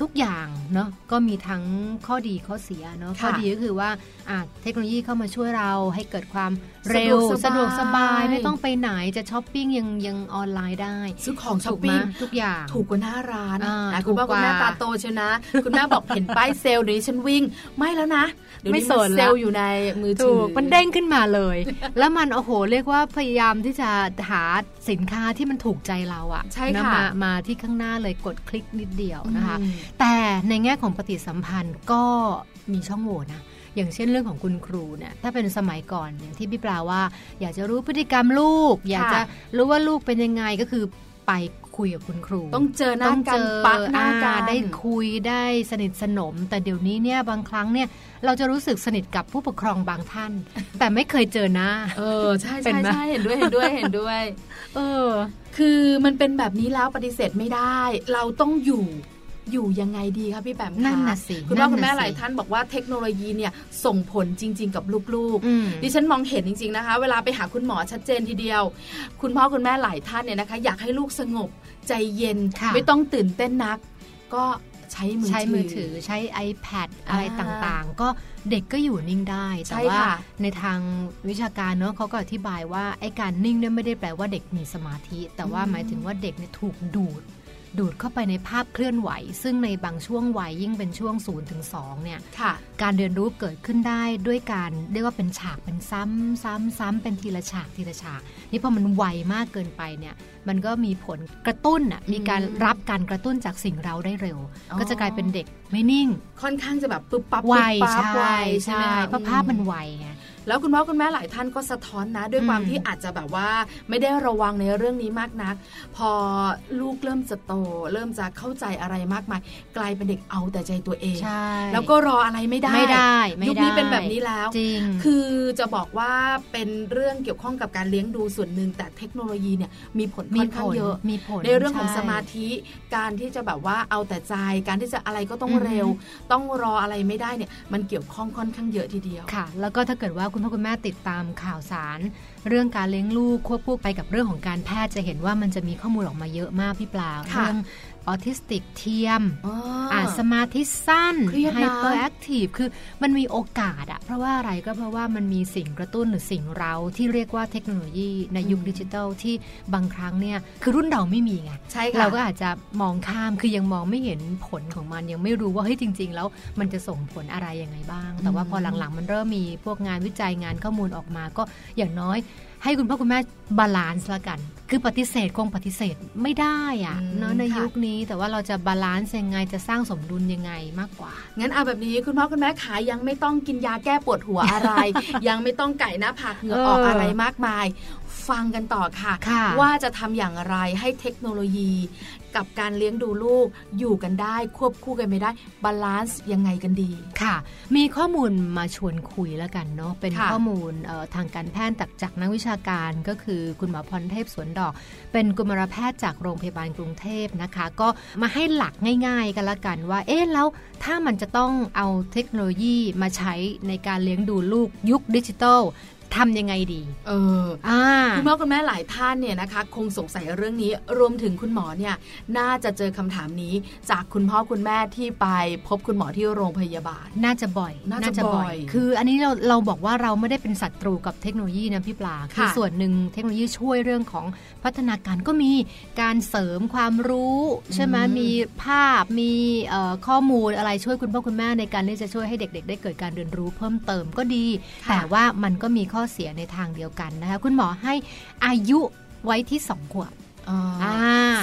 ทุกอย่างเนาะก็มีทั้งข้อดีข้อเสียเนาะ ค่ะ ข้อดีก็คือว่าอ่ะเทคโนโลยีเข้ามาช่วยเราให้เกิดความเร็ว สะ สะ ด ด ว ว ก ก ส ส บา บาย ยไม่ต้องไปไหนจะช้อปปิ้งยังยังออนไลน์ได้ ซื้อของช้อป ถูกไหม ปิ้ง ทุกอย่าง ถูกกว่าหน้าร้าน อ่า นะ ถู คุณ ก พ่อกคุ ว่า ณแม่ตาโตเชียวนะ คุณแม่บอกเห็นป้ายเซลล์เดี๋ยวนี้ฉันวิ่ง ไม่แล้วนะ เดี๋ยวนี้ ไม่ส มัน น ละ เซลล์อยู่ในมือถื ถู อก มันเด้งขึ้นมาเลย แล้วมันโอ้โห เรียกว่าพยายามที่จะหาสินค้าที่มันถูกใจเราอะ ใช่ น ค่ะ มามาที่ข้างหน้าเลยกดคลิกนิดเดียวนะคะ อืม แต่ในแง่ของปฏิสัมพันธ์ก็มีช่องโหว่นะ อย่างเช่นเรื่องของคุณครูเนี่ยถ้าเป็นสมัยก่อนอย่างที่พี่ปลาว่า อยากจะรู้พฤติกรรมลูก อยากจะรู้ว่าลูกเป็นยังไงก็คือไปคุยกับคุณครู ต้องเจอหน้า ต้อง กั เจ น อ ปักหน้ากัน อ่ได้คุยได้สนิทสนม แต่เดี๋ยวนี้เนี่ยบางครั้งเนี่ยเราจะรู้สึกสนิทกับผู้ปกครองบางท่าน แต่ไม่เคยเจอหน้า เออใช่ใช่เป็นไหม ใช่เห็นด้วยเห็นด้วยเห็นด้วย เออ คือมันเป็นแบบนี้แล้วปฏิเสธไม่ได้ เราต้องอยู่อยู่ยังไงดีคะพี่แปมคะ นั่นน่ะสิ คุณพ่อ นั่นน่ะ คุณแม่ สิ หลายท่านบอกว่าเทคโนโลยีเนี่ยส่งผลจริง ๆ กับลูก อืม ๆดิฉันมองเห็นจริง ๆนะคะ เวลาไปหาคุณหมอชัดเจนทีเดียว คุณพ่อคุณแม่หลายท่านเนี่ยนะคะ อยากให้ลูกสงบใจเย็น ค่ะ ไม่ต้องตื่นเต้นนัก ก็ใช้มือ ใช้มือถือใช้ iPad อะไร อ่า ต่างๆ ก็เด็กก็อยู่นิ่งได้ ใช่ แต่ว่า ค่ะ ในทางวิชาการเนาะเขาก็อธิบายว่าไอ้การนิ่งเนี่ยไม่ได้แปลว่าเด็กมีสมาธิ แต่ว่า อืม หมายถึงว่าเด็กเนี่ยถูกดูด ดูดเข้าไปในภาพเคลื่อนไหว ซึ่งในบางช่วงวัยยิ่งเป็นช่วง0ถึง2เนี่ย ค่ะ การเรียนรู้เกิดขึ้นได้ด้วยการเรียกว่าเป็นฉากเป็นซ้ำซ้ำซ้ำเป็นทีละฉากทีละฉาก นี่พอมันไวมากเกินไปเนี่ย มันก็มีผลกระตุ้นอ่ะมีการรับการกระตุ้นจากสิ่งเราได้เร็ว อ๋อ ก็จะกลายเป็นเด็กไม่นิ่ง ค่อนข้างจะแบบปึ๊บปั๊บ ไว ปึ๊บปั๊บ ใช่ ไว ใช่ ไหมค เพราะภาพมันไวไง แล้วคุณพ่อคุณแม่หลายท่านก็สะท้อนนะ ด้วยความ อืม ที่อาจจะแบบว่าไม่ได้ระวังในเรื่องนี้มากนัก พอลูกเริ่มจะโต เริ่มจะเข้าใจอะไรมากมาย กลายเป็นเด็กเอาแต่ใจตัวเอง แล้วก็รออะไรไม่ได้ ไม่ได้ไม่ได้ ยุคนี้เป็นแบบนี้แล้ว จริง คือจะบอกว่าเป็นเรื่องเกี่ยวข้องกับการเลี้ยงดูส่วนหนึ่งแต่เทคโนโลยีเนี่ยมีผลค่ มี อน ผ ข้าง ล เยอะ มีผล ในเรื่องของ ช่ สมาธิการที่จะแบบว่าเอาแต่ใจ การที่จะอะไรก็ต้อง อือฮึ เร็ว ต้องรออะไรไม่ได้เนี่ย มันเกี่ยวข้องค่อนข้างเยอะทีเดียว ค่ะ แล้วก็ถ้าเกิดว่าคุณพ่อคุณแม่ติดตามข่าวสาร เรื่องการเลี้ยงลูกควบคู่ไปกับเรื่องของการแพทย์จะเห็นว่ามันจะมีข้อมูลออกมาเยอะมากพี่ปลา ค่ะ เรื่องออทิสติกเทียม อ๋ออ อ่าสมาธิสั้น เครียดนะ ไฮเปอร์แอคทีฟคือมันมีโอกาสอะเพราะว่าอะไรก็เพราะว่ามันมีสิ่งกระตุ้นหรือสิ่งเราที่เรียกว่าเทคโนโลยีในยุค อืม ดิจิทัลที่บางครั้งเนี่ยคือรุ่นเราไม่มีไง ใช่ค่ะ เราก็อาจจะมองข้ามคือยังมองไม่เห็นผลของมันยังไม่รู้ว่าเฮ้ยจริง ๆ แล้วมันจะส่งผลอะไรยังไงบ้าง แต่ว่า อืม พอหลังๆ มันเริ่มมีพวกงานวิจัยงานข้อมูลออกมาก็อย่างน้อย ให้คุณพ่อคุณแม่บาลานซ์ละกัน คือปฏิเสธคงปฏิเสธไม่ได้อะ อืม เนาะใน ค่ะ ยุคนี้แต่ว่าเราจะบาลานซ์ยังไงจะสร้างสมดุลยังไงมากกว่า งั้นเอาแบบนี้คุณพ่อคุณแม่ขายยังไม่ต้องกินยาแก้ปวดหัว อะไร ยังไม่ต้องไก่หน้าผากเหงื่อออก เอออ อะไรมากมาย ฟังกันต่อค่ะ ค่ะ ว่าจะทำอย่างไรให้เทคโนโลยี กับการเลี้ยงดูลูกอยู่กันได้ ควบคู่กันไม่ได้บาลานซ์ยังไงกันดี ค่ะ มีข้อมูลมาชวนคุยแล้วกันเนาะ เป็น ค่ะ ข้อมูลเอ่อทางการแพทย์จากจากนักวิชาการก็คือคุณหมอพรเทพสวนดอก เป็นกุมารแพทย์จากโรงพยาบาลกรุงเทพนะคะ ก็มาให้หลักง่าย ๆ กันละกันว่า เอ๊ะ แล้วถ้ามันจะต้องเอาเทคโนโลยีมาใช้ในการเลี้ยงดูลูกยุคดิจิตอลทำยังไงดี เออ อ่า คุณพ่อคุณแม่หลายท่านเนี่ยนะคะ คงสงสัยเรื่องนี้รวมถึงคุณหมอเนี่ยน่าจะเจอคำถามนี้ จากคุณพ่อคุณแม่ที่ไปพบคุณหมอที่โรงพยาบาล น่าจะบ่อย น่าจะบ่อย คืออันนี้เราเราบอกว่าเราไม่ได้เป็นศัตรูกับเทคโนโลยีนะพี่ปลา ค่ะ คือส่วนหนึ่งเทคโนโลยีช่วยเรื่องของพัฒนาการก็มีการเสริมความรู้ใช่ไหมมีภาพมีเอ่อข้อมูลอะไรช่วยคุณพ่อคุณแม่ในการที่จะช่วยให้เด็ก ๆ ได้เกิดการเรียนรู้เพิ่มเติมก็ดี แต่ว่ามันก็มีข้อเสียในทางเดียวกันนะคะคุณหมอให้อายุไว้ที่สองขวบ อ่า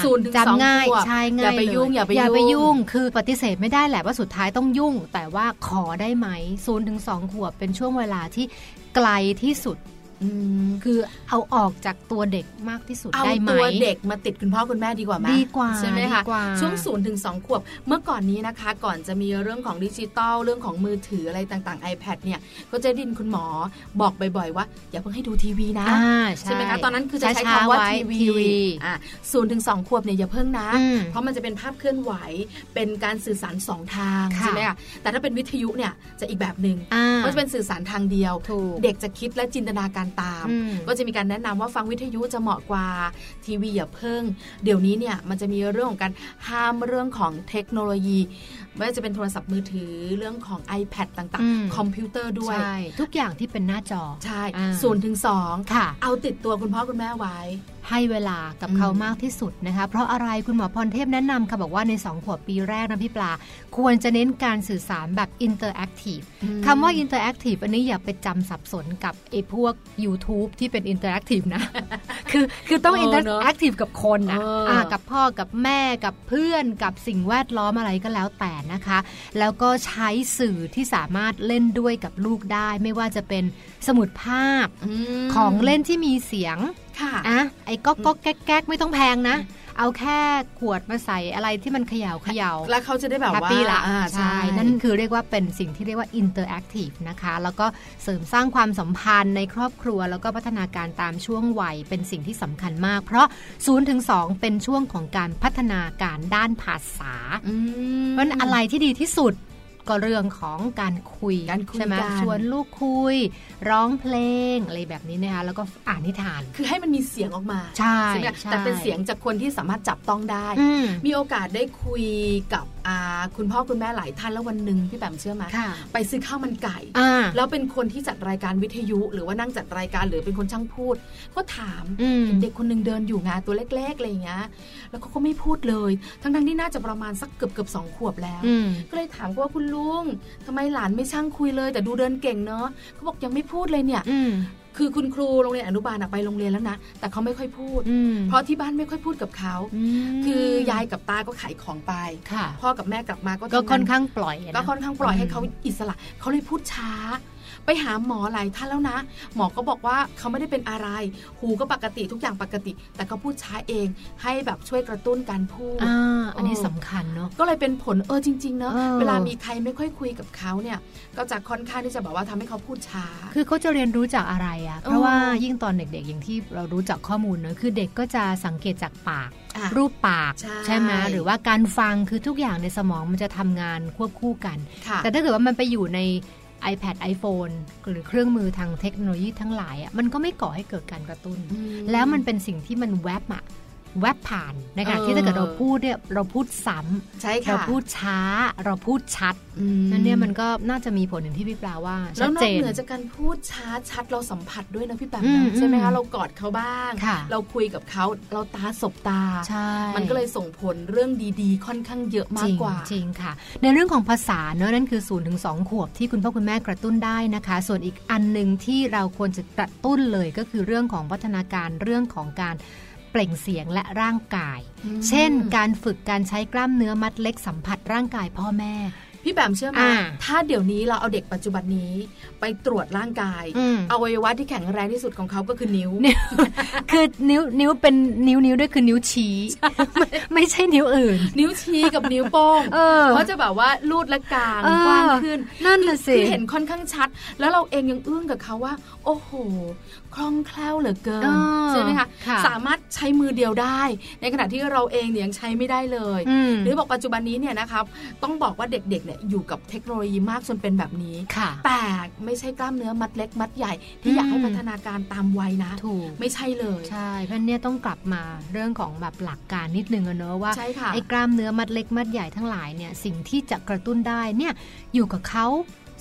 ศูนย์ถึงสอง จำง่าย ขวบ ใช่ อ ง่าย ย่าไป เล ยุ่งอย่าไป อย่าไป ยุ่ ยุ่ ง ง คือปฏิเสธไม่ได้แหละว่าสุดท้ายต้องยุ่ง แต่ว่าขอได้ไหมศูนย์ถึงสองขวบเป็นช่วงเวลาที่ไกลที่สุด อืม คือเอาออกจากตัวเด็กมากที่สุด เอา ได้ไหม ตัวเด็กมาติดคุณพ่อคุณแม่ดีกว่าไหม ดีกว่า ใช่ไหมคะ ดีกว่า ช่วงศูนย์ถึงสองขวบ เมื่อก่อนนี้นะคะ ก่อนจะมีเรื่องของดิจิตอลเรื่องของมือถืออะไรต่าง ๆ iPad เนี่ย ก็จะได้ยินคุณหมอบอกบ่อยๆ ว่า อย่าเพิ่งให้ดูทีวีนะ อ่า ใช่ไหมคะตอนนั้นคือจะใช้ ๆ คำว่า ไ ทีวีอ่ะศูนย์ถึงสองขวบเนี่ยอย่าเพิ่งนะ อืม เพราะมันจะเป็นภาพเคลื่อนไหวเป็นการสื่อสารสองทาง ค่ะ ใช่ไหมคะแต่ถ้าเป็นวิทยุเนี่ยจะอีกแบบหนึ่ง อ่า ก็จะเป็นสื่อสารทางเดียว ถูก เด็กจะคิดและจินตนาการตาม อืม ก็จะมีการแนะนำว่าฟังวิทยุจะเหมาะกว่าทีวีอย่าเพิ่ง เดี๋ยวนี้เนี่ยมันจะมีเรื่องของการห้ามเรื่องของเทคโนโลยี ไม่ว่าจะเป็นโทรศัพท์มือถือเรื่องของ iPad ต่าง อืม ๆ คอมพิวเตอร์ด้วย ใช่ทุกอย่างที่เป็นหน้าจอ ใช่ อ่า ศูนย์ถึงสอง ค่ะ เอาติดตัวคุณพ่อคุณแม่ไว้ ให้เวลากับ อืม เขามากที่สุดนะคะ เพราะอะไรคุณหมอพรเทพแนะนำค่ะบอกว่าใน 2 ขวบปีแรกนะพี่ปลา ควรจะเน้นการสื่อสารแบบอินเตอร์แอคทีฟ อืม คำว่าอินเตอร์แอคทีฟอันนี้อย่าไปจำสับสนกับไอ้พวก YouTube ที่เป็นอินเตอร์แอคทีฟนะ คือคือต้อง เอ อิ อน เน เตอ อะ ร์แอคทีฟกับคนนะ เอออ่ ะกับพ่อกับแม่กับเพื่อนกับสิ่งแวดล้อมอะไรก็แล้วแต่นะคะ แล้วก็ใช้สื่อที่สามารถเล่นด้วยกับลูกได้ ไม่ว่าจะเป็นสมุดภาพ ม ของเล่นที่มีเสียง ค่ะ อ่ะไอ้ก๊อกก๊อกแก๊กแก๊กไม่ต้องแพงนะ เอาแค่ขวดมาใส่อะไรที่มันเขย่าเขย่า แล้วเขาจะได้แบบ แฮป ว่า ปี้ละ อ่า ใช่ นั่นคือเรียกว่าเป็นสิ่งที่เรียกว่าอินเตอร์แอคทีฟนะคะ แล้วก็เสริมสร้างความสัมพันธ์ในครอบครัว แล้วก็พัฒนาการตามช่วงวัยเป็นสิ่งที่สำคัญมาก เพราะ0ูนถึงสเป็นช่วงของการพัฒนาการด้านภาษา อืม เพราะฉะนั้นอะไรที่ดีที่สุดก็เรื่องของการคุย การคุย ใช่ไหม กัน ชวนลูกคุย ร้องเพลงอะไรแบบนี้นะคะแล้วก็อ่านนิทาน คือให้มันมีเสียงออกมา ใช่ ไหมคะ ใช่ แต่เป็นเสียงจากคนที่สามารถจับต้องได้ อืม มีโอกาสได้คุยกับอ่าคุณพ่อคุณแม่หลายท่านแล้ววันหนึ่งพี่แปมเชื่อไหม ค่ะ ไปซื้อข้าวมันไก่ อ่า แล้วเป็นคนที่จัดรายการวิทยุ หรือว่านั่งจัดรายการหรือเป็นคนช่างพูด ก็ถาม อืม เห็นเด็กคนหนึ่งเดินอยู่งานตัวเล็กๆอะไรอย่างเงี้ยแล้วเขาก็ไม่พูดเลย ทั้งๆที่น่าจะประมาณสักเกือบเกือบๆสองขวบแล้ว อืม ก็เลยถามเขาว่าคุณลุงทำไมหลานไม่ช่างคุยเลย แต่ดูเดินเก่งเนอะเขาบอกยังไม่พูดเลยเนี่ย อืม คือคุณครูโรงเรียนอนุบาลอะไปโรงเรียนแล้วนะ แต่เขาไม่ค่อยพูด อืม เพราะที่บ้านไม่ค่อยพูดกับเขา ม คือยายกับตาก็ขายของไป ค่ะ พ่อกับแม่กลับมาก็ ก็ ทำ ค่อนข้างปล่อยะนะ ก็ค่อนข้างปล่อย อืม ให้เขาอิสระเขาเลยพูดช้า ไปหาหมอหลายท่านแล้วนะ หมอก็บอกว่าเขาไม่ได้เป็นอะไร หูก็ปกติทุกอย่างปกติ แต่เขาพูดช้าเอง ให้แบบช่วยกระตุ้นการพูด อ่า อันนี้สำคัญเนาะ ก็เลยเป็นผลเออจริงๆเนอะ เออ เวลามีใครไม่ค่อยคุยกับเขาเนี่ย ก็จะค่อนข้างที่จะแบบว่าทำให้เขาพูดช้า คือเขาจะเรียนรู้จากอะไรอะเพราะ เออ ว่ายิ่งตอนเด็กๆ อย่างที่เรารู้จากข้อมูลเนอะคือเด็กก็จะสังเกตจากปาก อ่ะ รูปปาก ใช่ ใช่ไหมหรือว่าการฟังคือทุกอย่างในสมองมันจะทำงานควบคู่กัน ค่ะ แต่ถ้าเกิดว่ามันไปอยู่ใน iPad iPhone หรือเครื่องมือทางเทคโนโลยีทั้งหลายอะมันก็ไม่ก่อให้เกิดการกระตุ้น อืม แล้วมันเป็นสิ่งที่มันแวบอะแวบผ่านนะคะ เออ ที่ถ้าเกิดเราพูดเนี่ยเราพูดซ้ ใช่ ำ ค่ะ เราพูดช้า เราพูดชัด อื นั่นเนี่ยมันก็น่าจะมีผลอย่างที่พี่ปลาว่า แล้ ชั ว ด นอ เจ ก น เหนือจากการพูดช้าชัดเราสัมผัสด้วยนะพี่แปม อืม นะใช่ไหม อื คะ ม เรากอดเขาบ้าง ค่ะ เราคุยกับเขาเราตาสบตา ใช่ มันก็เลยส่งผลเรื่องดีๆ ค่อนข้างเยอะมากจริง กว่า จริงค่ะ ในเรื่องของภาษาเนอะนั่นคือ0ูนถึงสขวบที่คุณพ่อคุณแม่กระตุ้นได้นะคะ ส่วนอีกอันหนึ่งที่เราควรจะกระตุ้นเลยก็คือเรื่องของพัฒนาการเรื่องของการเปล่งเสียงและร่างกาย อืม เช่น การฝึกการใช้กล้ามเนื้อมัดเล็กสัมผัสร่างกายพ่อแม่ พี่แปมเชื่อไหม อ่า ถ้าเดี๋ยวนี้เราเอาเด็กปัจจุบันนี้ไปตรวจร่างกาย อืม อวัยวะที่แข็งแรงที่สุดของเขาก็คือนิ้ว นิ้ว คือนิ้วนิ้วเป็นนิ้วนิ้วด้วยคือนิ้วชี้ไม่ไม่ใช่นิ้วอื่น นิ้วชี้กับนิ้วโป้ง เออ เขาจะแบบว่าลูดและกลาง เออ กว้างขึ้น นั่นน่ะสิ คือเห็นค่อนข้างชัด แล้วเราเองยังอึ้งกับเขาว่า โอ้โห คล่องแคล่วเหลือเกิน อ่า ใช่ไหมคะ ค่ะ สามารถใช้มือเดียวได้ ในขณะที่เราเองเนี่ยยังใช้ไม่ได้เลย อืม หรือบอกปัจจุบันนี้เนี่ยนะครับต้องบอกว่าเด็กๆเนี่ยอยู่กับเทคโนโลยีมากจนเป็นแบบนี้ ค่ะ แต่ไม่ใช่กล้ามเนื้อมัดเล็กมัดใหญ่ ที่อยากให้ อืม พัฒนาการตามวัยนะ ถูก ไม่ใช่เลย ใช่เพราะฉะนั้นเนี่ยต้องกลับมาเรื่องของแบบหลักการนิดนึงอะเนอะว่า ใช่ค่ะ ไอ้กล้ามเนื้อมัดเล็กมัดใหญ่ทั้งหลายเนี่ยสิ่งที่จะกระตุ้นได้เนี่ยอยู่กับเขา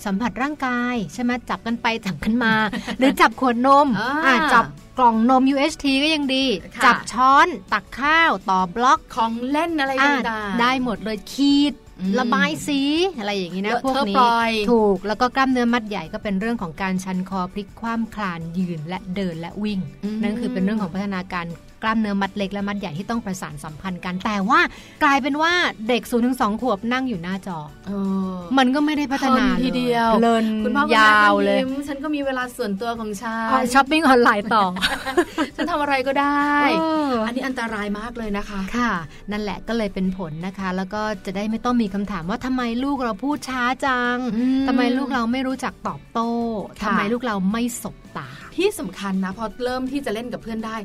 สัมผัสร่างกายใช่ไหมจับกันไปจับกัน มา หรือจับขวดนม อ่า ะจับกล่องนม UHT ก็ยังดี ค่ะ จับช้อนตักข้าวต่อบล็อก ของเล่นอะไร อ่ะ ต่างๆ ได้หมดเลยขีด อืม ระบายสีอะไรอย่างนี้นะ เลอะ พวก เทอะ นี้ ปล่อย ถูกแล้วก็กล้ามเนื้อมัดใหญ่ก็เป็นเรื่องของการชันคอพลิกคว่ำคลานยืนและเดินและวิ่ง นั่นคือเป็นเรื่องของพัฒนาการ กล้ามเนื้อมัดเล็กและมัดใหญ่ที่ต้องประสานสัมพันธ์กัน แต่ว่ากลายเป็นว่าเด็ก0ูนถึงสขวบนั่งอยู่หน้าจอ เออ มันก็ไม่ได้พัฒนา เพลินทีเดียว เพลิน คุณพ่อคุณ ยา แม่ ว ก็ เลย ยิ้มฉันก็มีเวลาส่วนตัวของฉั เอา น ช้อปปิ้งออนไลน์ต่อ ฉันทำอะไรก็ได้ เออ อันนี้อันตรายมากเลยนะคะ ค่ะ นั่นแหละก็เลยเป็นผลนะคะ แล้วก็จะได้ไม่ต้องมีคำถามว่าทำไมลูกเราพูดช้าจัง อืม ทำไมลูกเราไม่รู้จักตอบโต้ทำ ค่ะ ไมลูกเราไม่สบตา ที่สำคัญนะพอเริ่มที่จะเล่นกับเพื่อนได้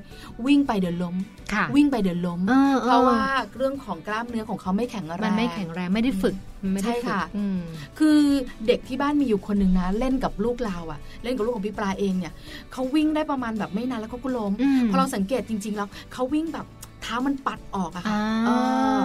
วิ่งไปเดี๋ยวล้ม ค่ะ วิ่งไปเดี๋ยวล้ม เออออ เพราะว่าเรื่องของกล้ามเนื้อของเขาไม่แข็งแรง มันไม่แข็งแรงไม่ได้ฝึกไม่ได้ ใช่ ฝึก ค่ะ อืม คือเด็กที่บ้านมีอยู่คนหนึ่งนะ เล่นกับลูกเราอะเล่นกับลูกของพี่ปลาเองเนี่ยเขาวิ่งได้ประมาณแบบไม่นานแล้วเขาก็ล้ม อืม พอเราสังเกตจริง ๆ แล้วเขาวิ่งแบบเท้ามันปัดออกอะค่ะ อ่า เออ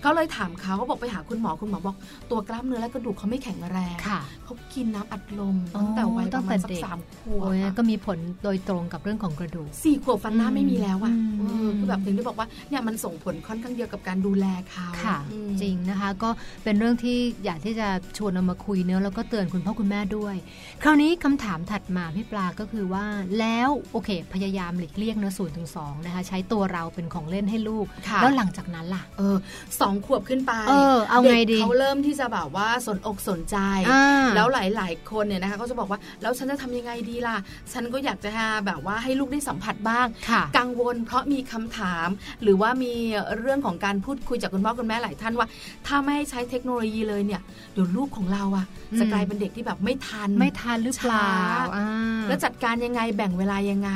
เขาเลยถามเขาเขาบอกไปหาคุณหมอคุณหมอบอกตัวกล้ามเนื้อและกระดูกเขาไม่แข็งแรง ค่ะ เขากินน้ำอัดลม อ๋อ ตั้งแต่วัย ตั้ ประ งแต่ มาณสัก เด็ก สามขวบ โอ้ย อะ ก็มีผลโดยตรงกับเรื่องของกระดูก สี่ขวบฟันหน้า อืม ไม่มีแล้วอะ อืม เออคือแบบถึงได้บอกว่าเนี่ยมันส่งผลค่อนข้างเยอะกับการดูแลเขา ค่ะ อืม จริงนะคะก็เป็นเรื่องที่อยากที่จะชวนเอามาคุยเนื้อะแล้วก็เตือนคุณพ่อคุณแม่ด้วย คราวนี้คำถามถัดมาพี่ปลาก็คือว่าแล้วโอเค พยายามหลีกเลี่ยงเนื้อะศูนย์ถึงสองนะคะใช้ตัวเราเป็นของเล่นให้ลูก ค่ะ แล้วหลังจากนั้นล่ะ เออสองขวบขึ้นไป เออเอาไงดี กเขาเริ่มที่จะแบบว่าสนอกสนใจ อ่า แล้วหลาย ๆ คนเนี่ยนะคะเขาจะบอกว่าแล้วฉันจะทำยังไงดีล่ะ ฉันก็อยากจะแบบว่าให้ลูกได้สัมผัสบ้าง ค่ะ กังวลเพราะมีคำถาม หรือว่ามีเรื่องของการพูดคุยจากคุณพ่อคุณแม่หลายท่านว่า ถ้าไม่ใช้เทคโนโลยีเลยเนี่ยเดี๋ยวลูกของเราอะจะกลายเป็นเด็กที่แบบไม่ทัน ไม่ทันหรือเปล่า ช้า อ่า แล้วจัดการยังไงแบ่งเวลายังไง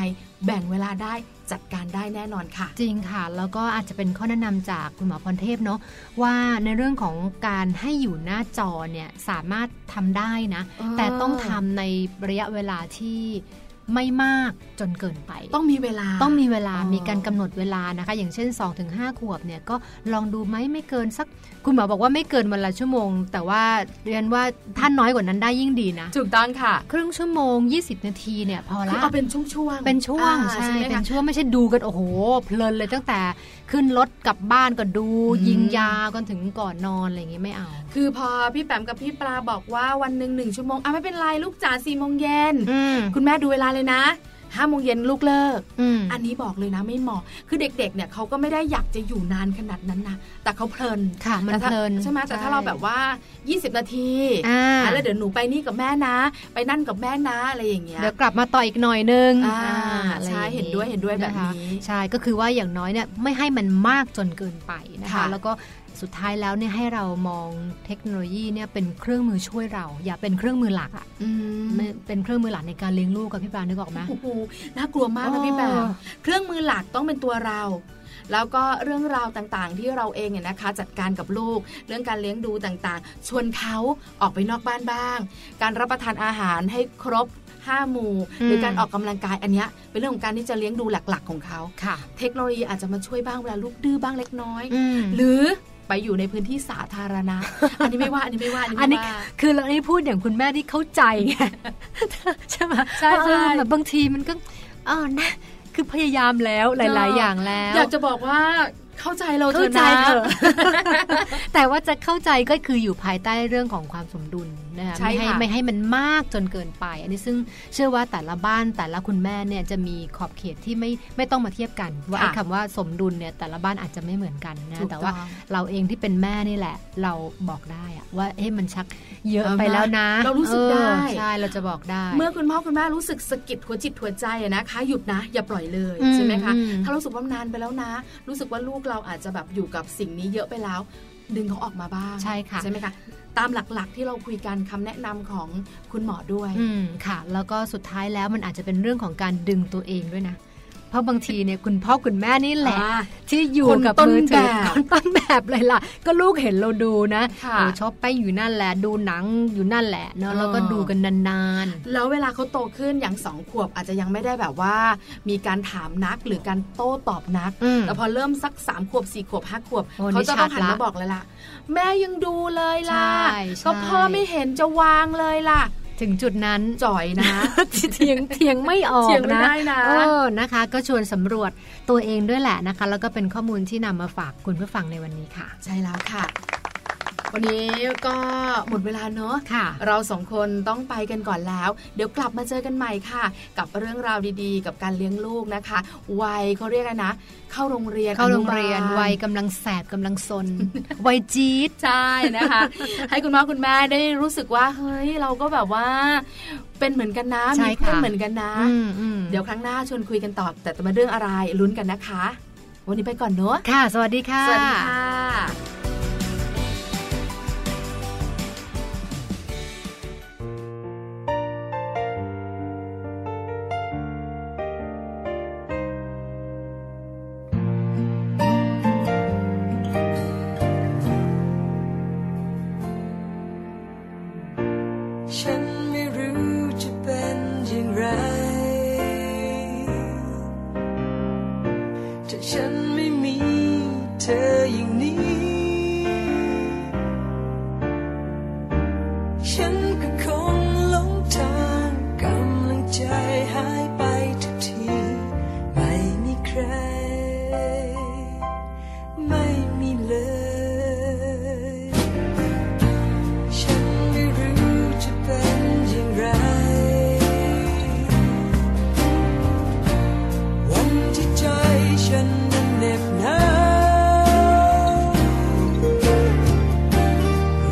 แบ่งเวลาได้จัดการได้แน่นอนค่ะ จริงค่ะ แล้วก็อาจจะเป็นข้อแนะนำจากคุณหมอพรเทพเนาะว่าในเรื่องของการให้อยู่หน้าจอเนี่ยสามารถทำได้นะ เออ แต่ต้องทำในระยะเวลาที่ไม่มากจนเกินไป ต้องมีเวลา ต้องมีเวลา อ๋อ มีการกำหนดเวลานะคะ อย่างเช่น 2-5 ขวบเนี่ยก็ลองดูไหมไม่เกินสัก คุณหมอบอกว่าไม่เกินวันละชั่วโมง แต่ว่าเรียนว่าท่านน้อยกว่านั้นได้ยิ่งดีนะ ถูกต้องค่ะ ครึ่งชั่วโมง 20 นาทีเนี่ยพอ คือ ละ เอาเป็นช่วงๆ เป็นช่วง อ่า ใช่ ไหม เป็ คะ นช่วงไม่ใช่ดูกัน โอ้โห เพลินเลยตั้งแต่ขึ้นรถกลับบ้านก็ดู อืม ยิงยาวกันถึงก่อนนอน อะไรอย่างงี้ไม่เอา คือพอพี่แปมกับพี่ปลาบอกว่าวันหนึ่งหนึ่งชั่วโมงอ่ะไม่เป็นไรลูกจ๋าสี่โมงเย็น อืม คุณแม่ดูเวลาเลยนะห้าโมงเย็นลูกเลิก อืม อันนี้บอกเลยนะไม่เหมาะคือเด็กๆเนี่ยเขาก็ไม่ได้อยากจะอยู่นานขนาดนั้นนะแต่เขาเพลิน ค่ะ มัน แต่ เพ ถ้า ลิน ใช่ไหมแต่ถ้าเราแบบว่า 20 นาที อ่า อ่ะแล้วเดี๋ยวหนูไปนี่กับแม่นะ ไปนั่นกับแม่นะอะไรอย่างเงี้ย เดี๋ยวกลับมาต่ออีกหน่อยนึง อ่า อะไร ใช่ อย่างงี้ เห็นด้วยเห็นด้วยแบบ ะคะ นี้ ใช่ก็คือว่าอย่างน้อยเนี่ยไม่ให้มันมากจนเกินไปนะคะ ค่ะ แล้วก็สุดท้ายแล้วเนี่ยให้เรามองเทคโนโลยีเนี่ยเป็นเครื่องมือช่วยเรา อย่าเป็นเครื่องมือหลักอะ อืม ไม่เป็นเครื่องมือหลักในการเลี้ยงลูกกับพี่ปลานึกออกไหม โอ้โหน่ากลัวมากนะพี่แบ เอ ม อ เครื่องมือหลักต้องเป็นตัวเรา แล้วก็เรื่องราวต่างๆ ที่เราเองเนี่ยนะคะ จัดการกับลูก เรื่องการเลี้ยงดูต่างๆ ชวนเขาออกไปนอกบ้านบ้าง การรับประทานอาหารให้ครบห้าหมู่ หรือการออกกำลังกายอันเนี้ยเป็นเรื่องของการที่จะเลี้ยงดูหลักๆ ของเขา ค่ะ เทคโนโลยีอาจจะมาช่วยบ้างเวลาลูกดื้อบ้างเล็กน้อย อืม หรือไปอยู่ในพื้นที่สาธารณะ อันนี้ไม่ว่าอันนี้ไม่ว่าอันนี้ อัน ไม่ นี้ ว่า คือเรานี่พูดอย่างคุณแม่ที่เข้าใจ ไง ใช่ไหม ใช่ใช่ เออแบบบางทีมันก็อ๋อนะ คือพยายามแล้วหลาย ๆ อย่างแล้ว อยากจะบอกว่าเข้าใจเราเถ เข้า อะ ใจ นะ เถอะ แต่ว่าจะเข้าใจก็คืออยู่ภายใต้เรื่องของความสมดุลนะคะ ใช่ ไม่ให้ ค่ะ ไม่ให้มันมากจนเกินไป อันนี้ซึ่งเชื่อว่าแต่ละบ้านแต่ละคุณแม่เนี่ยจะมีขอบเขตที่ไม่ไม่ต้องมาเทียบกัน ว่าไอ้คำว่าสมดุลเนี่ยแต่ละบ้านอาจจะไม่เหมือนกันนะ ถูก แต่ว่า อง เราเองที่เป็นแม่นี่แหละ เราบอกได้อะว่าเอ๊ะมันชักเยอะ เอานะ ไปแล้วนะ เรารู้สึกได้ เออใช่เราจะบอกได้ เมื่อคุณพ่อคุณแม่รู้สึกสะกิดหัวจิตหัวใจอะนะคะ หยุดนะ อย่าปล่อยเลย อืม ใช่ไหมคะ อืม ถ้ารู้สึกว่านานไปแล้วนะ รู้สึกว่าลูกเราอาจจะแบบอยู่กับสิ่งนี้เยอะไปแล้ว ดึงเขาออกมาบ้าง ใช่ค่ะ ใช่ไหมคะตามหลักๆที่เราคุยกันคำแนะนำของคุณหมอด้วย อืมค่ะ แล้วก็สุดท้ายแล้วมันอาจจะเป็นเรื่องของการดึงตัวเองด้วยนะ เพราะบางทีเนี่ยคุณพ่อคุณแม่นี่แหละ ที่อยู่กับมือคนต้นถือแบบ คนต้นแบบเลยล่ะ ก็ลูกเห็นเราดูนะ ค่ะ โอ้ชอบไปอยู่นั่นแหละดูหนังอยู่นั่นแหละเนาะ เออ แล้วก็ดูกันนาน แล้วเวลาเขาโตขึ้นอย่างสองขวบอาจจะยังไม่ได้แบบว่า มีการถามนักหรือการโต้ตอบนัก ๆอืม แต่พอเริ่มสักสามขวบสี่ขวบห้าขวบ โอ้ เขาจะต้อง นี่ชัด หันมา ละ บอกเลยล่ะ แม่ยังดูเลยล่ะ ใช่ใช่ ก็พ่อไม่เห็นจะวางเลยล่ะ ถึงจุดนั้น จ่อย นะ เถียงเถียงไม่ออก เถียงไม่ นะ ได้นะ เออนะคะ ก็ชวนสำรวจตัวเองด้วยแหละนะคะ แล้วก็เป็นข้อมูลที่นำมาฝากคุณผู้ฟังในวันนี้ค่ะ ใช่แล้วค่ะ วันนี้ก็หมดเวลาเนอะ ค่ะ เราสองคนต้องไปกันก่อนแล้ว เดี๋ยวกลับมาเจอกันใหม่ค่ะ กับเรื่องราวดีๆ กับการเลี้ยงลูกนะคะ วัยเขาเรียกอะไรนะ เข้าโรงเรียน เข้าโรงเรียน อนุบาล วัยกำลังแสบกำลัง ซน วัยจี๊ด ใช่นะคะ ให้คุณพ่อคุณแม่ได้รู้สึกว่า เฮ้ย เราก็แบบว่า เป็นเหมือนกันนะ ใช่ มีเพื่อน ค่ะ เหมือนกันนะ อืมอืม เดี๋ยวครั้งหน้าชวนคุยกันต่อแต่จะมาเรื่องอะไรลุ้นกันนะคะ วันนี้ไปก่อนเนอะ ค่ะ สวัสดีค่ะ สวัสดีค่ะ ฉันไม่รู้จะเป็นอย่างไร ถ้าฉันไม่มีเธออย่างนี้ ฉันก็คงหลงทางกำลังใจหายไปทุกที ไม่มีใคร ไม่มีเลย ฉันไม่รู้จะเป็นอย่างไร วันที่ใจฉันนั้นเหน็บหนาว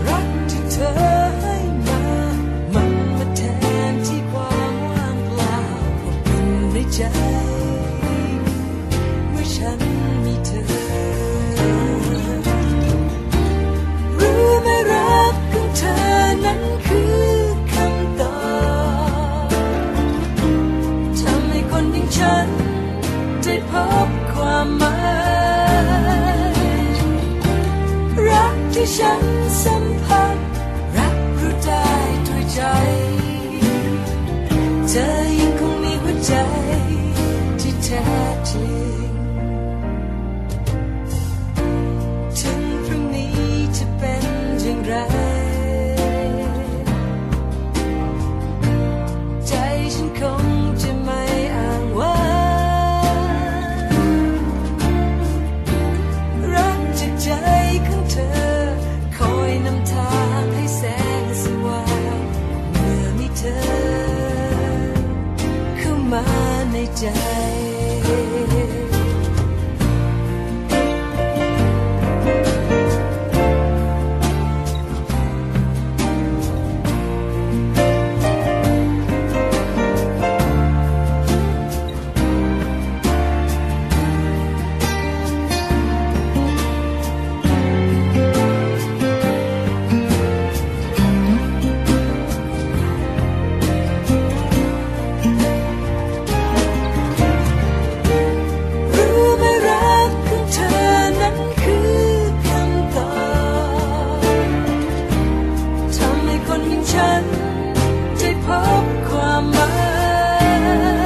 รักที่เธอให้มา มันมาแทนที่ความว่างเปล่าขอบคุณในใจ เมื่อฉันมีเธอ รู้ไหมรักของเธอนั้นคือคำตอบทำให้คนอย่างฉัน ได้พบความหมาย รักที่ฉันสัมผัส รักรู้ได้ด้วยใจ เธอยังคงมีหัวใจ ที่แท้จริง ถึงพรุ่งนี้จะเป็นอย่างไร ใจฉันคงจะไม่อ้างว้างรักจากใจของเธอ คอยนำทางให้แสงสว่างเมื่อมีเธอ เข้ามาในใจ รู้ไหมรักของเธอนั้นคือคำตอบทำให้คนอย่างฉัน ได้พบความหมาย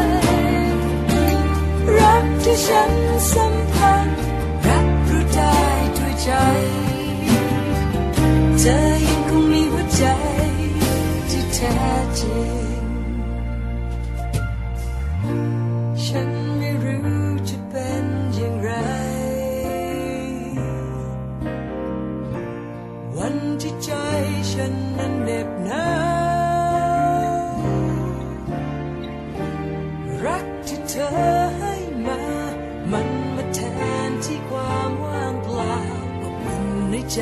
รักที่ฉันสัมพันธ์รักรู้ได้ด้วยใจ เธอยังคงมีหัวใจที่แท้จริง ฉันไม่รู้จะเป็นอย่างไร วันที่ใจฉันนั้นเหน็บหนาวรักที่เธอให้มา มันมาแทนที่ความว่างเปล่าอบอุ่นในใจ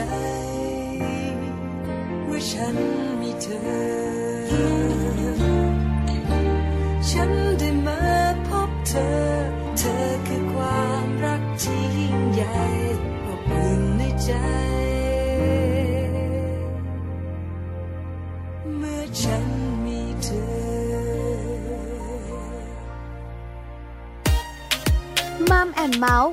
ว่าฉันมีเธอ ฉันได้มาพบเธอ เธอคือความรักที่ยิ่งใหญ่อบอุ่นในใจ เมื่อฉันมีเธอ มัมแอนเมาส์